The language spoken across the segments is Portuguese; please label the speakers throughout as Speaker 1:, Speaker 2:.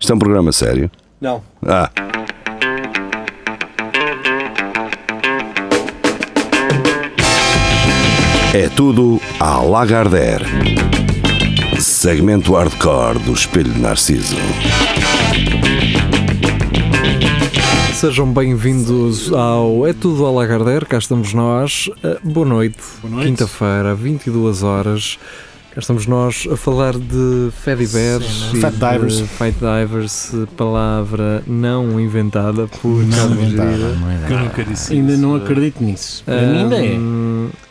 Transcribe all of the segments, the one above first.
Speaker 1: Isto é um programa sério.
Speaker 2: Não.
Speaker 1: Ah, é tudo à Lagardère. Segmento hardcore do Espelho de Narciso.
Speaker 3: Sejam bem-vindos ao É Tudo ao Lagardère, cá estamos nós. Ah, boa noite.
Speaker 4: Boa noite.
Speaker 3: Quinta-feira, 22 horas. Cá estamos nós a falar de Fedibears
Speaker 4: Sim,
Speaker 3: e
Speaker 4: Fat
Speaker 3: de
Speaker 4: Divers.
Speaker 3: Fight Divers, palavra não inventada por
Speaker 4: Não
Speaker 3: Carlos
Speaker 4: inventada,
Speaker 3: Gira.
Speaker 4: não é
Speaker 5: Eu
Speaker 4: nada.
Speaker 5: nunca disse
Speaker 2: Ainda
Speaker 5: isso.
Speaker 2: não acredito nisso. Para mim ainda é.
Speaker 3: Hum,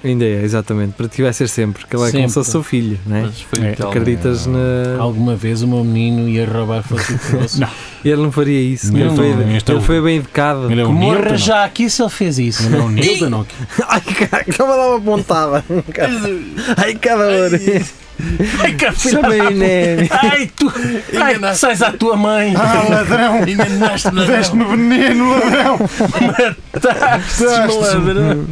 Speaker 3: Ainda é, exatamente. Para ti vai ser sempre, que ela é como
Speaker 2: Sempre.
Speaker 3: se fosse seu filho, não é?
Speaker 5: Mas foi
Speaker 4: É,
Speaker 5: tal-
Speaker 3: Acreditas na.
Speaker 2: Alguma vez o meu menino ia roubar fosse o que fosse.
Speaker 3: E ele não faria isso.
Speaker 4: Não,
Speaker 3: Ele foi,
Speaker 4: não, este é
Speaker 3: ele
Speaker 4: o-
Speaker 3: foi bem educado.
Speaker 4: Ele é o
Speaker 2: Que
Speaker 4: Newton,
Speaker 2: morra já aqui se ele fez isso.
Speaker 4: Ele é o Newton, não?
Speaker 3: Ai, cara, estava a dar uma pontada. Ai, cada hora.
Speaker 2: Ai, cara,
Speaker 3: Chama a Inês.
Speaker 2: Ai, tu. Ai, tu sais à tua mãe.
Speaker 4: Ah, ladrão!
Speaker 2: Enganaste-me,
Speaker 4: Deste-me veneno, ladrão! Mataste-me!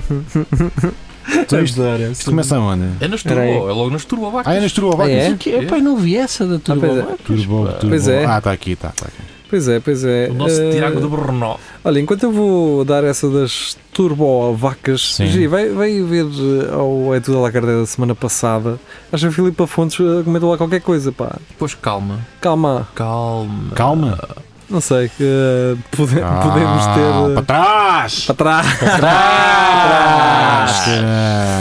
Speaker 4: Estou Isto começa onde?
Speaker 5: É nos
Speaker 3: Espera aí.
Speaker 5: turbo, é logo nos turbo abaixo.
Speaker 4: Ah, é nas turbovacas?
Speaker 3: Ah, é?
Speaker 2: Pai, não vi essa da tua
Speaker 3: Ah, pois é.
Speaker 2: babá.
Speaker 4: Turbo, turbo.
Speaker 3: Pois é.
Speaker 4: Ah, está aqui, está tá aqui.
Speaker 3: Pois é, pois é.
Speaker 5: O nosso
Speaker 3: Eh,
Speaker 5: Tiago de Brno.
Speaker 3: Olha, enquanto eu vou dar essa das turbovacas,
Speaker 4: Sim.
Speaker 3: Gi, vai, vai ver eh, ao É Tudo à Lagardeira da semana passada. Acho que a Filipa Fontes eh, comentou lá qualquer coisa, pá.
Speaker 5: Pois calma,
Speaker 3: Calma,
Speaker 5: calma.
Speaker 4: Calma!
Speaker 3: não sei, que eh, pode-
Speaker 4: Ah,
Speaker 3: podemos ter.
Speaker 4: Para
Speaker 3: eh,
Speaker 4: trás!
Speaker 3: Para trás.
Speaker 4: Para trás!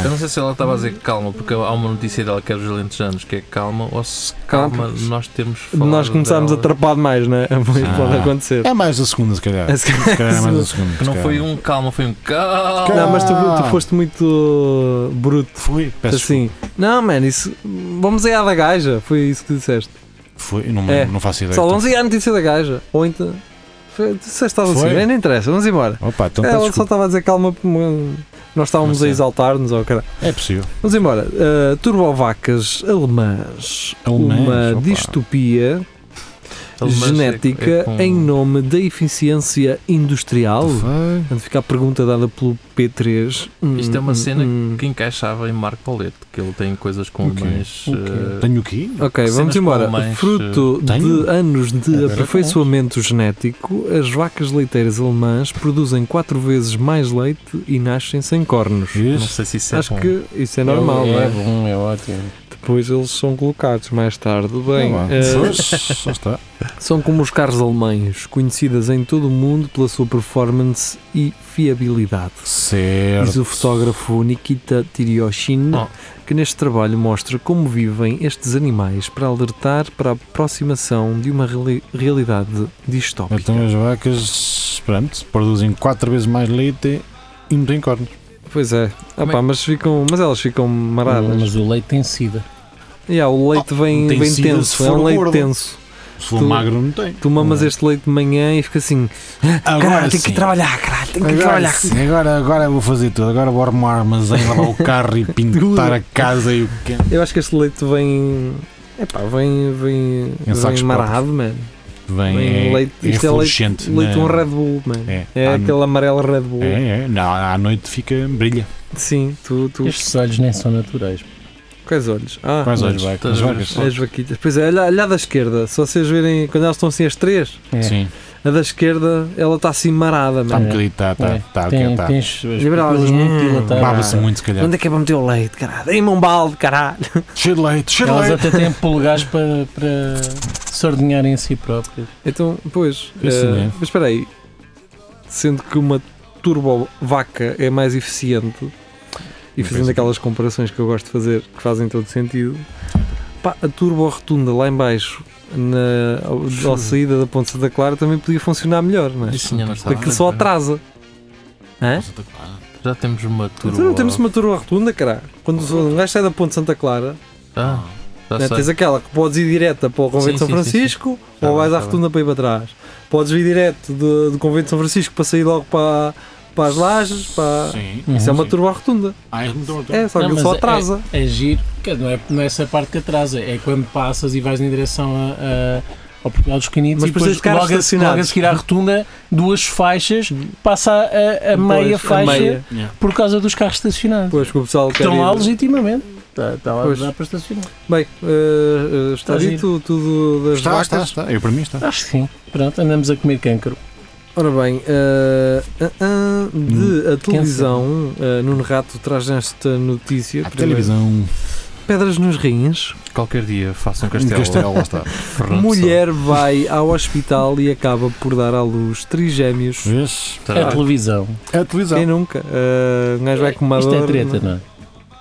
Speaker 5: Eu não sei se ela estava a dizer calma, porque há uma notícia dela que é dos Alentejanos, que é calma, ou se
Speaker 3: Calma,
Speaker 5: calma nós temos falado
Speaker 3: Nós começámos a
Speaker 5: dela,
Speaker 3: atrapar demais, né?
Speaker 4: Ah.
Speaker 3: Pode acontecer.
Speaker 4: É mais a segunda, se calhar. Se
Speaker 3: Se calhar-
Speaker 4: calhar é mais a segunda.
Speaker 5: Que
Speaker 4: se
Speaker 5: não
Speaker 4: calhar.
Speaker 5: foi um calma, foi um calma.
Speaker 4: Calma.
Speaker 3: Não, mas tu, tu foste muito eh, bruto.
Speaker 4: Fui, Ah. peço
Speaker 3: assim, não, mano, isso. Vamos aí à da gaja. Foi isso que tu disseste.
Speaker 4: desculpa. Fui, não, me
Speaker 3: É.
Speaker 4: lembro, não faço ideia. Então,
Speaker 3: Só vamos aí à notícia da gaja. Ou então. Foi, tu disseste estava assim,
Speaker 4: Foi?
Speaker 3: bem, não interessa, vamos embora.
Speaker 4: Opa, então peço
Speaker 3: É, Ela só
Speaker 4: desculpa.
Speaker 3: estava a dizer calma, hum, nós
Speaker 4: Não
Speaker 3: estávamos a
Speaker 4: sei.
Speaker 3: exaltar-nos. ou caralho.
Speaker 4: É possível.
Speaker 3: Vamos embora. Uh, turbovacas alemãs.
Speaker 4: Alemãs,
Speaker 3: uma
Speaker 4: É opa. tá
Speaker 3: distopia
Speaker 5: Alemãs é-
Speaker 3: genética
Speaker 5: é com-
Speaker 3: em nome da eficiência industrial. Portanto, fica a pergunta dada pelo P3. Hum,
Speaker 5: Isto é uma
Speaker 3: hum,
Speaker 5: cena
Speaker 3: hum.
Speaker 5: que encaixava em Marco Pauleto, que ele tem coisas com
Speaker 4: O quê?
Speaker 5: mais.
Speaker 4: O
Speaker 5: eh,
Speaker 4: quê? Tenho o quê?
Speaker 3: Ok,
Speaker 5: Cenas
Speaker 3: vamos embora.
Speaker 5: com eh, alemães,
Speaker 3: Fruto
Speaker 4: tenho.
Speaker 3: de anos
Speaker 4: É
Speaker 3: de
Speaker 4: verdade.
Speaker 3: aperfeiçoamento genético, as vacas leiteiras alemãs produzem quatro vezes mais leite e nascem sem cornos.
Speaker 5: não
Speaker 4: Isso.
Speaker 5: sei se isso é
Speaker 3: Acho
Speaker 5: bom.
Speaker 3: que isso é normal, não
Speaker 2: é,
Speaker 3: é?
Speaker 2: bom, é ótimo.
Speaker 3: Depois eles são colocados mais tarde. Bem,
Speaker 4: Ah,
Speaker 3: eh,
Speaker 4: lá. Pois, já está.
Speaker 3: são como os carros alemães, conhecidas em todo o mundo pela sua performance e fiabilidade. Diz
Speaker 4: Certo.
Speaker 3: o fotógrafo Nikita Tirioshin,
Speaker 5: Oh.
Speaker 3: que neste trabalho mostra como vivem estes animais para alertar para a aproximação de uma reali- realidade distópica.
Speaker 4: Então as vacas, pronto, produzem 4 vezes mais leite e não têm cornos.
Speaker 3: Pois é, Ah
Speaker 5: Como é
Speaker 3: pá,
Speaker 5: que-
Speaker 3: mas, ficam, mas elas ficam maradas.
Speaker 2: Mas o leite tem sida.
Speaker 3: E há, o leite vem,
Speaker 4: tem
Speaker 3: vem
Speaker 4: sido se
Speaker 3: tenso,
Speaker 4: for
Speaker 3: é um leite
Speaker 4: gordo.
Speaker 3: tenso.
Speaker 4: Se for
Speaker 3: Tu-
Speaker 4: magro, não tem.
Speaker 3: Tu mamas este leite de manhã e fica assim,
Speaker 4: Agora
Speaker 3: caralho, tenho que
Speaker 4: sim.
Speaker 3: ir trabalhar, caralho, tenho que ir
Speaker 4: Agora,
Speaker 3: trabalhar.
Speaker 4: sim, agora, agora vou fazer tudo. Agora vou arrumar o armazém, lavar o carro e pintar a casa e o que é
Speaker 3: Eu acho que este leite vem. Epá, vem. Vem,
Speaker 4: sacos
Speaker 3: vem marado, mano.
Speaker 4: vem.
Speaker 3: Vem
Speaker 4: é,
Speaker 3: leite. Isto é
Speaker 4: é
Speaker 3: leite,
Speaker 4: fluorescente,
Speaker 3: leite
Speaker 4: né?
Speaker 3: um Red Bull, mano.
Speaker 4: É,
Speaker 3: É
Speaker 4: à-
Speaker 3: aquele amarelo Red Bull.
Speaker 4: é, é. Não, à noite fica, brilha.
Speaker 3: Sim, tu, tu
Speaker 2: Estes olhos nem são naturais.
Speaker 3: Quais olhos? Ah,
Speaker 4: Quais olhos?
Speaker 5: Mas
Speaker 4: As vacas.
Speaker 5: todas-
Speaker 3: as vaquitas. Pois é, olha, olha a da esquerda. Se vocês verem, quando elas estão assim as três,
Speaker 2: É.
Speaker 4: Sim,
Speaker 3: a da esquerda, ela está assim marada,
Speaker 4: está um
Speaker 3: mano.
Speaker 4: bocadinho, está, está,
Speaker 2: É.
Speaker 4: está,
Speaker 2: Tem,
Speaker 4: está.
Speaker 2: tens as
Speaker 3: Liberal,
Speaker 2: pupilas
Speaker 3: hum,
Speaker 2: muito dilatadas.
Speaker 4: tá. Baba-se muito, se calhar.
Speaker 3: Onde é que é para meter o leite, caralho? Dei-me um balde, caralho.
Speaker 4: Cheio de leite, cheio de
Speaker 2: Elas
Speaker 4: leite.
Speaker 2: até têm polegares para, para sardinharem em si próprias.
Speaker 3: Então, pois.
Speaker 4: Isso
Speaker 3: eh,
Speaker 4: é.
Speaker 3: Mas espera aí. Sendo que uma turbovaca é mais eficiente, e fazendo
Speaker 4: Pois. é.
Speaker 3: aquelas comparações que eu gosto de fazer, que fazem todo sentido, pá, a turbo rotunda lá em baixo, na ao- ao saída da Ponte Santa Clara, também podia funcionar melhor, não é?
Speaker 5: Isso ainda não está
Speaker 3: Aquilo só
Speaker 5: bem.
Speaker 3: atrasa. Hã?
Speaker 5: Já temos uma
Speaker 3: Então
Speaker 5: turbo.
Speaker 3: não temos uma turbo rotunda, caralho. Quando um gajo sai da Ponte Santa Clara,
Speaker 5: Ah, já
Speaker 3: né,
Speaker 5: sei.
Speaker 3: tens aquela que podes ir direta para o Convento
Speaker 5: Sim,
Speaker 3: de São
Speaker 5: sim, sim,
Speaker 3: Francisco
Speaker 5: Tá
Speaker 3: ou
Speaker 5: bem,
Speaker 3: vais à
Speaker 5: tá
Speaker 3: rotunda para ir para trás. Podes vir direto do, do Convento de São Francisco para sair logo para, para as lajes. Para...
Speaker 4: Sim.
Speaker 3: Isso é uma
Speaker 4: Sim.
Speaker 3: turbo rotunda.
Speaker 4: Ah, é muito bom.
Speaker 3: É, só que
Speaker 2: Não,
Speaker 3: ele
Speaker 2: mas
Speaker 3: só
Speaker 2: é-
Speaker 3: atrasa.
Speaker 2: É giro, que não é, não é essa parte que atrasa, é quando passas e vais em direção a, a, ao Portugal dos Canidos
Speaker 3: Mas
Speaker 2: e
Speaker 3: depois
Speaker 2: depois
Speaker 3: os carros
Speaker 2: logo, a,
Speaker 3: estacionados.
Speaker 2: logo a seguir à rotunda, duas faixas, passa a, a é meia
Speaker 3: Pois, a
Speaker 2: faixa
Speaker 3: é meia.
Speaker 2: por causa dos carros estacionados.
Speaker 3: Pois que o pessoal quer
Speaker 2: Estão lá
Speaker 3: ir,
Speaker 2: legitimamente. Está tá lá
Speaker 3: Pois.
Speaker 2: dá para estacionar.
Speaker 3: Bem, eh, eh, está
Speaker 2: Está
Speaker 3: dito tudo das
Speaker 4: Está,
Speaker 3: vacas.
Speaker 4: está, está. Eu para mim está.
Speaker 2: Acho que sim. Pronto, andamos a comer cancro.
Speaker 3: Ora bem, eh, ah, ah,
Speaker 2: Hum,
Speaker 3: de a televisão, eh, Nuno Rato traz esta notícia.
Speaker 4: A
Speaker 3: primeiro.
Speaker 4: televisão.
Speaker 3: Pedras nos rins.
Speaker 5: Qualquer dia façam um
Speaker 4: Um
Speaker 5: castelo.
Speaker 4: castelo, lá está.
Speaker 5: Fernando
Speaker 3: Mulher vai ao hospital e acaba por dar à luz trigêmeos.
Speaker 4: Vês?
Speaker 5: Sá. Será?
Speaker 2: A É televisão.
Speaker 4: A televisão.
Speaker 3: Quem nunca? Eh, um gajo vai com uma
Speaker 2: Isto é
Speaker 3: dor,
Speaker 2: treta,
Speaker 3: não
Speaker 2: não é?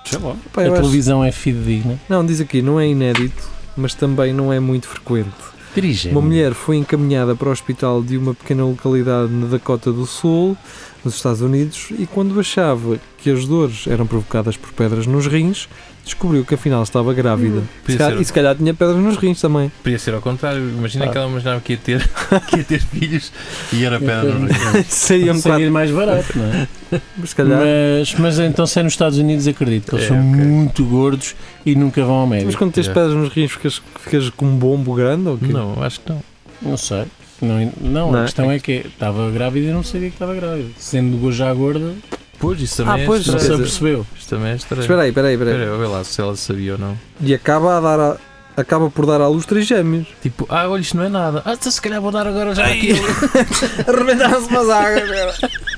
Speaker 4: Sei lá.
Speaker 3: é? Pá, eu
Speaker 2: a
Speaker 3: acho-
Speaker 2: televisão é fidedigna.
Speaker 3: Não, diz aqui, não é inédito, mas também não é muito frequente.
Speaker 2: Dirigem.
Speaker 3: Uma mulher foi encaminhada para o hospital de uma pequena localidade na Dakota do Sul, nos Estados Unidos, e quando achava que as dores eram provocadas por pedras nos rins, descobriu que afinal estava grávida. Se
Speaker 5: Podia
Speaker 3: calhar-
Speaker 5: ser-
Speaker 3: e se calhar tinha pedras nos rins também.
Speaker 5: Podia ser ao contrário. Imagina
Speaker 2: Ah.
Speaker 5: que ela imaginava que ia ter, que ia ter filhos e era pedra no rio.
Speaker 3: Seria um bocado.
Speaker 2: Seria É mais barato, não é?
Speaker 3: Se calhar.
Speaker 2: Mas, mas então, se é nos Estados Unidos, acredito que eles
Speaker 5: É,
Speaker 2: são
Speaker 5: ok.
Speaker 2: muito gordos e nunca vão ao
Speaker 3: Mas
Speaker 2: médico.
Speaker 3: quando tens
Speaker 5: É.
Speaker 3: pedras nos rins, ficas, ficas com um bombo grande ou quê?
Speaker 5: Não, acho que não.
Speaker 2: Não sei. Não, não,
Speaker 3: Não é?
Speaker 2: a questão é que estava grávida e não sabia que estava grávida. Sendo já gorda,
Speaker 5: Pois, isso
Speaker 3: também Ah,
Speaker 5: também
Speaker 3: é
Speaker 5: é
Speaker 3: pois,
Speaker 2: não
Speaker 3: estranho.
Speaker 2: se
Speaker 3: dizer-
Speaker 2: apercebeu.
Speaker 5: Isto também é estranho.
Speaker 3: Espera aí, espera aí, espera aí.
Speaker 5: Espera, vê lá se ela sabia ou não.
Speaker 3: E acaba, a dar a- acaba por dar à luz três gêmeos.
Speaker 5: Tipo, ah, olha, isto não é nada. Ah, então se calhar vou dar agora já aquilo.
Speaker 3: Arrebentaram-se umas águas, cara.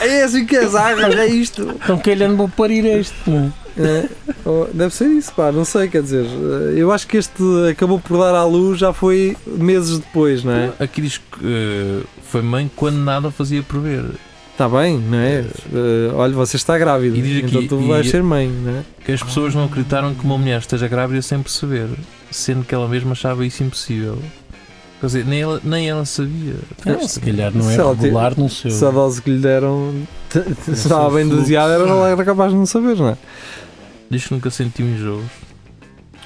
Speaker 3: É assim que é as águas, é isto.
Speaker 2: Então, calhando, vou parir este. não é?
Speaker 3: É, oh, deve ser isso, pá, não sei, quer dizer, eh, eu acho que este acabou por dar à luz já foi meses depois, não é?
Speaker 5: Aqui diz que eh, foi mãe quando nada fazia prever.
Speaker 3: Está bem, não é? Eh, olha, você está grávida,
Speaker 5: E diz aqui,
Speaker 3: então tu vais
Speaker 5: e-
Speaker 3: ser mãe, não é?
Speaker 5: Que as pessoas não acreditaram que uma mulher esteja grávida sem perceber, sendo que ela mesma achava isso impossível. Quer dizer, nem ela, nem ela sabia.
Speaker 2: Não, se calhar não é
Speaker 3: Se ela te-
Speaker 2: regular no seu.
Speaker 3: Se a dose que lhe deram t- t- se estava bem
Speaker 5: É fluxo.
Speaker 3: doseada, era, ela era capaz de não saber, não é?
Speaker 5: Diz que nunca sentiu enjoos.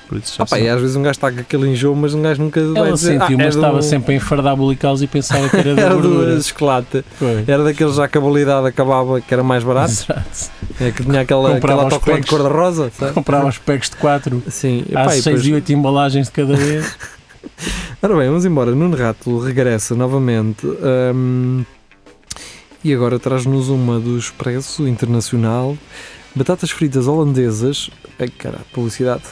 Speaker 5: Por isso já
Speaker 3: Ah, pá, e
Speaker 4: é
Speaker 5: sabe.
Speaker 3: às vezes um gajo está com aquele enjoo, mas um gajo nunca vai
Speaker 2: Ela
Speaker 3: dizer,
Speaker 2: sentiu,
Speaker 3: "Ah,
Speaker 2: mas
Speaker 3: era
Speaker 2: estava
Speaker 3: do-
Speaker 2: sempre a enfardar bulicals e pensava que era da
Speaker 3: Era do
Speaker 2: gordura.
Speaker 3: chocolate,
Speaker 2: Foi.
Speaker 3: era daqueles já que a validade acabava, que era mais barato,
Speaker 2: Exato.
Speaker 3: é que tinha aquela,
Speaker 2: Comprava
Speaker 3: aquela
Speaker 2: os
Speaker 3: autocolante
Speaker 2: packs.
Speaker 3: cor-de-rosa, sabe?
Speaker 2: Comprava os packs de 4
Speaker 3: Sim,
Speaker 2: Há
Speaker 3: pá, e
Speaker 2: 6
Speaker 3: depois-
Speaker 2: e 8 embalagens de cada vez.
Speaker 3: Ora bem, vamos embora. Nuno Rato regressa novamente hum, e agora traz-nos uma do Expresso Internacional. Batatas fritas holandesas, ai cara, publicidade,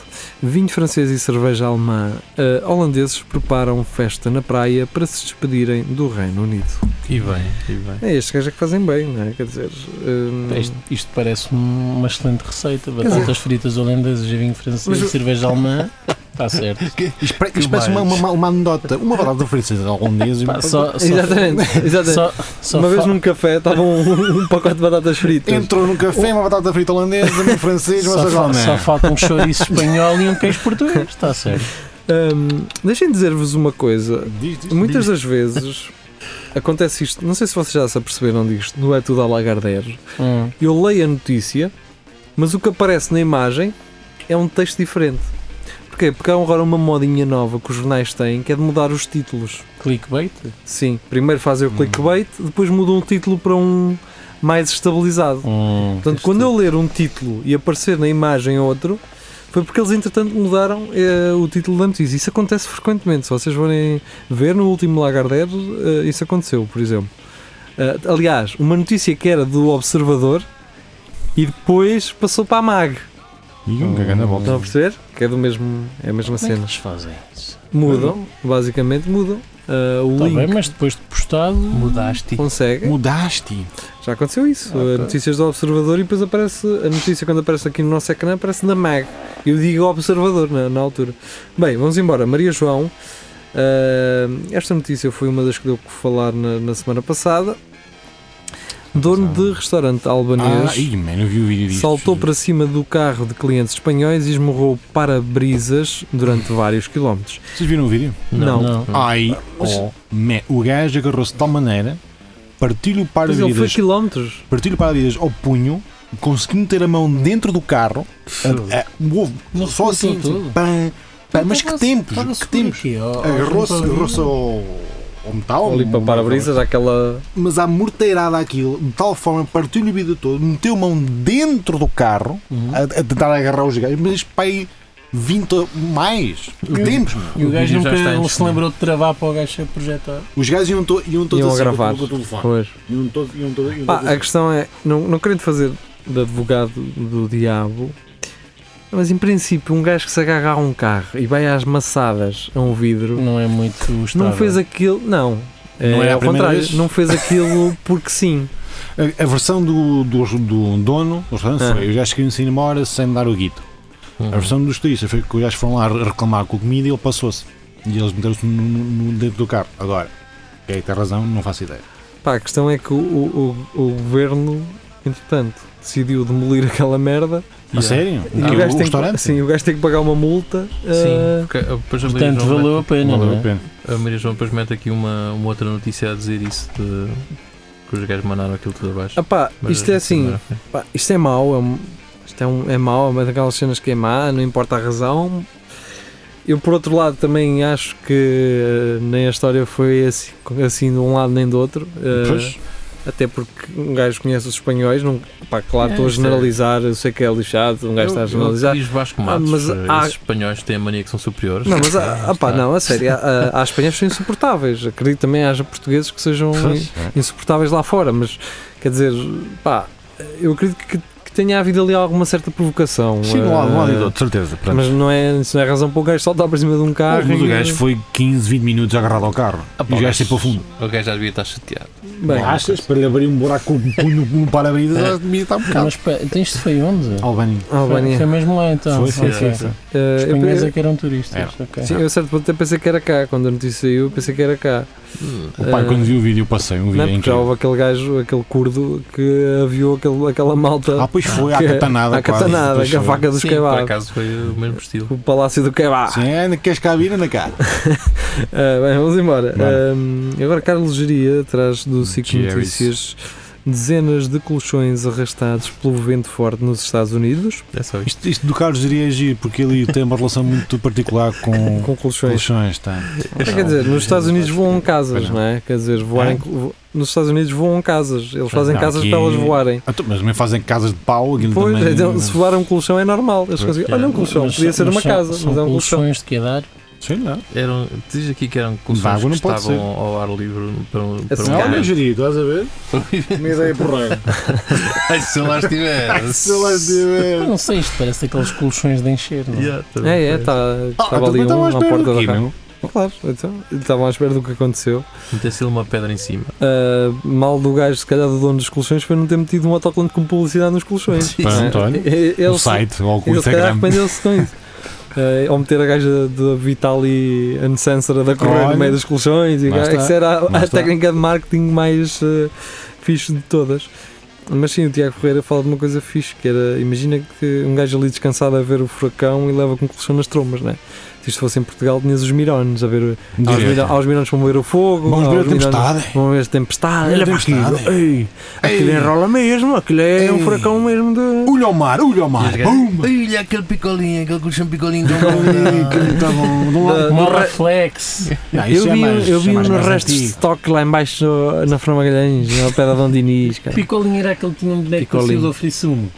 Speaker 3: vinho francês e cerveja alemã. Ah, holandeses preparam festa na praia para se despedirem do Reino Unido.
Speaker 5: E bem, e bem.
Speaker 3: É, estes gajos é que fazem bem, não é? Quer dizer, hum,
Speaker 2: É Isto, isto parece um- uma excelente receita. Batatas fritas holandesas, vinho francês,
Speaker 3: Mas o-
Speaker 2: cerveja alemã. Está certo.
Speaker 4: Isto pare-
Speaker 5: Que
Speaker 4: isto parece uma,
Speaker 5: mais?
Speaker 4: uma, uma anedota. Uma batata frita holandesa. e
Speaker 2: Pá,
Speaker 4: uma-
Speaker 2: só, só,
Speaker 3: exatamente, exatamente.
Speaker 2: só- só
Speaker 3: uma vez
Speaker 2: fa- Então-
Speaker 3: num café estava um, um pacote de batatas fritas.
Speaker 4: Entrou num café, uma batata frita holandesa, um francês, uma
Speaker 2: só, fa- só
Speaker 4: sajona.
Speaker 2: falta um chouriço espanhol e um queijo português. Está certo.
Speaker 3: Hum, deixem dizer-vos uma coisa.
Speaker 4: Diz, diz.
Speaker 3: Muitas das vezes acontece isto, não sei se vocês já se aperceberam disto, não é tudo a Lagardère.
Speaker 2: Hum.
Speaker 3: Eu leio a notícia, mas o que aparece na imagem é um texto diferente. Porquê? Porque há agora uma modinha nova que os jornais têm, que é de mudar os títulos.
Speaker 2: Clickbait?
Speaker 3: Sim, primeiro fazem o clickbait, depois mudam o título para um mais estabilizado.
Speaker 2: Hum.
Speaker 3: Portanto, quando eu ler um título e aparecer na imagem outro, foi porque eles entretanto mudaram eh, o título da notícia. Isso acontece frequentemente. Se vocês forem ver no último Lagardère, eh, isso aconteceu, por exemplo. Eh, aliás, uma notícia que era do Observador e depois passou para a MAG.
Speaker 4: E um cagando
Speaker 3: Estão
Speaker 4: a
Speaker 3: a
Speaker 4: volta.
Speaker 3: perceber? Que é, do mesmo, é a
Speaker 2: Como
Speaker 3: mesma
Speaker 2: é que
Speaker 3: cena.
Speaker 2: eles fazem isso?
Speaker 3: Mudam, basicamente mudam. Eh, o
Speaker 2: Está
Speaker 3: link
Speaker 2: Tá bem, mas depois de postado.
Speaker 5: Mudaste.
Speaker 3: consegue.
Speaker 4: Mudaste.
Speaker 3: Já aconteceu isso.
Speaker 5: Ok.
Speaker 3: Eh, Notícias do Observador e depois aparece a notícia quando aparece aqui no nosso ecrã, aparece na MAG. Eu digo Observador na, na altura. Bem, vamos embora. Maria João, eh, esta notícia foi uma das que deu por falar na, na semana passada. Dono
Speaker 4: Exato.
Speaker 3: de restaurante
Speaker 4: Ah,
Speaker 3: albanês
Speaker 4: ih, mano, eu vi o vídeo disto.
Speaker 3: saltou para cima do carro de clientes espanhóis e esmurrou para-brisas durante vários quilómetros.
Speaker 4: Vocês viram o vídeo?
Speaker 2: Não.
Speaker 4: Ai, oh, me- o gajo agarrou-se de tal maneira, partiu-lhe o
Speaker 3: Mas ele foi
Speaker 4: para-vidas
Speaker 3: quilómetros.
Speaker 4: partiu-lhe o para-vidas ao punho, conseguiu meter a mão dentro do carro, a- a- É, o ovo,
Speaker 2: Não
Speaker 4: só
Speaker 2: se
Speaker 4: assim,
Speaker 2: cortou
Speaker 4: assim
Speaker 2: tudo.
Speaker 4: pam, pam, mas que tempos, que tempos. Agarrou-se agarrou-se ao, ao metal,
Speaker 3: Ali para para-brisas, aquela.
Speaker 4: mas a morteirada aquilo, de tal forma, partiu-lhe o vidro todo, meteu a mão dentro do carro, a, a tentar agarrar os gajos, mas pai, 20 ou mais tempos, meu.
Speaker 2: E o
Speaker 5: O
Speaker 2: gajo
Speaker 5: vídeo já
Speaker 2: nunca
Speaker 5: está em
Speaker 2: ele se
Speaker 5: cinema.
Speaker 2: lembrou de travar para o gajo ser projetor.
Speaker 4: os gajos iam, to, iam todos
Speaker 3: Iam a
Speaker 4: assim, com o-
Speaker 3: gravar.
Speaker 4: com o telefone,
Speaker 3: Pois.
Speaker 4: iam todos, iam todos, iam
Speaker 3: Pá,
Speaker 4: todos
Speaker 3: a questão é, não, não querendo fazer de advogado do diabo, Mas em princípio, um gajo que se agarra a um carro e vai às maçadas a um vidro,
Speaker 2: Não é muito estável.
Speaker 3: não fez aquilo. Não.
Speaker 4: Não é a
Speaker 3: ao
Speaker 4: primeira
Speaker 3: contrário.
Speaker 4: vez?
Speaker 3: Não fez aquilo porque sim.
Speaker 4: A, a versão do, do, do dono do restaurante
Speaker 3: Ah.
Speaker 4: foi: os gajos queriam-se ir embora sem me dar o guito.
Speaker 5: Hum.
Speaker 4: A versão dos turistas foi que os gajos foram lá reclamar com a comida e ele passou-se. E eles meteram-se no, no- no- dentro do carro. Agora, quem é que tem razão? Não faço ideia.
Speaker 3: Pá, a questão é que o, o- o- o governo, entretanto, decidiu demolir aquela merda.
Speaker 4: A sério?
Speaker 3: E
Speaker 4: Ah, O quê?
Speaker 3: o, gajo
Speaker 4: o,
Speaker 3: tem, que-
Speaker 4: restaurante?
Speaker 3: sim, o gajo tem que pagar uma multa.
Speaker 5: Sim,
Speaker 3: ah,
Speaker 5: porque, ah, depois a Maria
Speaker 2: Portanto,
Speaker 5: João
Speaker 2: valeu a
Speaker 3: assim,
Speaker 2: pena,
Speaker 4: Não
Speaker 2: não
Speaker 4: valeu a
Speaker 2: é?
Speaker 4: pena.
Speaker 5: mete- A Maria João depois mete aqui uma, uma outra notícia a dizer isso de que os gajos mandaram aquilo tudo abaixo.
Speaker 3: Ah pá,
Speaker 5: Mas
Speaker 3: isto é assim, pá, isto é mau, é, um- isto é, um, é mau, é uma daquelas cenas que é má, não importa a razão. Eu, por outro lado, também acho que eh, nem a história foi assim, assim de um lado nem do outro. eh,
Speaker 4: Pois.
Speaker 3: Até porque um gajo conhece os espanhóis, não, pá, claro,
Speaker 5: É,
Speaker 3: estou a
Speaker 5: isto é-
Speaker 3: generalizar, eu sei que é lixado, um gajo está a generalizar.
Speaker 5: Diz Vasco Matos,
Speaker 3: Ah, mas
Speaker 5: eh,
Speaker 3: há-
Speaker 5: esses espanhóis têm a mania que são superiores.
Speaker 3: Não, mas há,
Speaker 5: Ah,
Speaker 3: ah, pá,
Speaker 5: está.
Speaker 3: não, a sério, há, há- há espanhóis que são insuportáveis. Acredito que também haja portugueses que sejam
Speaker 4: Pois.
Speaker 3: insuportáveis lá fora, mas quer dizer, pá, eu acredito que, que tenha havido ali alguma certa provocação. eh,
Speaker 4: Sim, de um lado, de um lado e do outro, certeza. Pronto.
Speaker 3: uh, Mas não é, isso não é razão para o gajo saltar para cima de um carro.
Speaker 4: Mas o
Speaker 3: e-
Speaker 4: gajo foi 15, 20 minutos agarrado ao carro.
Speaker 5: Ah, pá,
Speaker 4: e o gajo
Speaker 5: mas-
Speaker 4: sempre ao fundo.
Speaker 5: O gajo já devia estar chateado.
Speaker 3: Bem,
Speaker 4: Achas? Para lhe abrir um buraco com o punho no para-brisas, já devia estar um bocado.
Speaker 2: Mas pá, então isto foi onde?
Speaker 4: Albânia.
Speaker 2: Foi,
Speaker 3: ah, Albânia.
Speaker 2: foi mesmo lá então.
Speaker 4: Foi, foi,
Speaker 2: Ok.
Speaker 4: foi, foi.
Speaker 3: eh,
Speaker 2: Os
Speaker 3: eu-
Speaker 2: espanhóis é que eram turistas.
Speaker 4: Era.
Speaker 2: ok.
Speaker 3: Sim, eu a certo ponto até pensei que era cá, quando a notícia saiu, eu pensei que era cá.
Speaker 4: O pai,
Speaker 3: Eh,
Speaker 4: quando viu o vídeo, eu passei um vídeo
Speaker 3: Não, é?
Speaker 4: em
Speaker 3: porque já houve aquele gajo, aquele curdo, que aviou aquele, aquela malta
Speaker 4: Ah, pois foi, à
Speaker 3: que-
Speaker 4: catanada.
Speaker 3: à catanada,
Speaker 4: quase,
Speaker 3: que a
Speaker 4: pois foi.
Speaker 3: vaca dos
Speaker 5: Sim, por
Speaker 3: kebab.
Speaker 5: acaso foi o mesmo estilo.
Speaker 3: O Palácio do Kebab.
Speaker 4: Sim, é, queres cá vir, anda cá.
Speaker 3: Ah, bem, vamos embora.
Speaker 4: Bora.
Speaker 3: Ah, agora, Carlos Geria traz do Ciclo
Speaker 4: Jerry's.
Speaker 3: Notícias dezenas de colchões arrastados pelo vento forte nos Estados Unidos.
Speaker 5: É só isto.
Speaker 4: Isto, isto do Carlos diria agir, porque ele tem uma relação muito particular com
Speaker 3: Com colchões.
Speaker 4: colchões, tá?
Speaker 3: Ah, quer dizer, nos Estados Unidos voam casas,
Speaker 4: Pois não.
Speaker 3: não é? Quer dizer, voarem.
Speaker 4: É?
Speaker 3: vo- Nos Estados Unidos voam casas. Eles fazem
Speaker 4: Não,
Speaker 3: casas
Speaker 4: aqui-
Speaker 3: para elas voarem.
Speaker 4: Ah, tu- Mas também fazem casas de pau, aquilo
Speaker 3: Pois,
Speaker 4: também.
Speaker 3: então, se voar um colchão é normal. Eles conseguem.
Speaker 5: é.
Speaker 3: Olha, um colchão,
Speaker 2: Mas
Speaker 3: podia
Speaker 2: são-
Speaker 3: ser uma
Speaker 2: mas são-
Speaker 3: casa,
Speaker 2: São
Speaker 3: mas é um colchão.
Speaker 2: colchões de que dar.
Speaker 4: Sei lá.
Speaker 5: Eram, diz aqui que eram colchões
Speaker 4: água
Speaker 5: que
Speaker 4: não pode
Speaker 5: estavam
Speaker 4: ser.
Speaker 5: ao ar livre para um, para um
Speaker 3: Não,
Speaker 5: gajo.
Speaker 3: mas-
Speaker 4: geria, estás a ver? Uma ideia porreira.
Speaker 5: Ai, se eu lá estivesse.
Speaker 4: Se lá estiver.
Speaker 3: Ah,
Speaker 2: Não sei, isto parece aqueles colchões de encher. Não? é?
Speaker 5: Yeah, também
Speaker 3: É, é,
Speaker 5: parece.
Speaker 3: tá,
Speaker 4: Ah,
Speaker 3: estava
Speaker 4: então
Speaker 3: ali um à porta da casa. Claro, então, estavam à espera do que aconteceu.
Speaker 5: Meter se uma pedra em cima.
Speaker 3: Uh, mal do gajo, se calhar, do dono dos colchões, foi não ter metido um autocolante com publicidade nos colchões.
Speaker 5: Sim.
Speaker 3: Não é?
Speaker 4: Pronto, olha.
Speaker 3: E- Ele,
Speaker 4: O site ou com o
Speaker 3: ele se calhar
Speaker 4: Instagram.
Speaker 3: arrependeu-se com isso. Uh, ao meter a gaja da Vitali Uncensored a correr
Speaker 4: Olha.
Speaker 3: no meio dos colchões, e o
Speaker 4: Lá
Speaker 3: gajo-
Speaker 4: está.
Speaker 3: isso era a,
Speaker 4: Lá
Speaker 3: a
Speaker 4: está.
Speaker 3: técnica de marketing mais uh, fixe de todas. Mas sim, o Tiago Ferreira fala de uma coisa fixe, que era, imagina que um gajo ali descansado a ver o furacão e leva com o colchão nas trombas, não é? Se isto fosse em Portugal, tinhas os mirones a ver, aos,
Speaker 4: Direto.
Speaker 3: mirones, aos mirones para mover o fogo, aos
Speaker 4: Vamos ver a
Speaker 3: mirones-
Speaker 4: tempestade.
Speaker 3: Vão ver tempestade.
Speaker 4: Olha
Speaker 3: Olha para
Speaker 4: tempestade.
Speaker 3: aquilo. Ei, aquilo
Speaker 4: Ei.
Speaker 3: enrola mesmo. Aquilo é
Speaker 4: Ei.
Speaker 3: um furacão mesmo. De...
Speaker 4: Olha o mar, olha o mar. Bum!
Speaker 5: Olha aquele picolinho, aquele colchão picolinho do
Speaker 4: Que tá bom. De um lado-
Speaker 3: Da-
Speaker 2: Um
Speaker 3: do ra-
Speaker 2: reflex.
Speaker 4: Não, isso
Speaker 3: Eu
Speaker 4: é
Speaker 3: vi,
Speaker 4: mais-
Speaker 3: eu
Speaker 4: isso é
Speaker 3: vi um
Speaker 4: mais-
Speaker 3: no
Speaker 4: mais
Speaker 3: resto de
Speaker 4: antigo.
Speaker 3: estoque lá em baixo no- na Fernão Magalhães, na Pedra de Ondinis. cara.
Speaker 2: Picolinho era aquele que tinha um boneco
Speaker 3: Picolinho.
Speaker 2: parecido ao frissumo.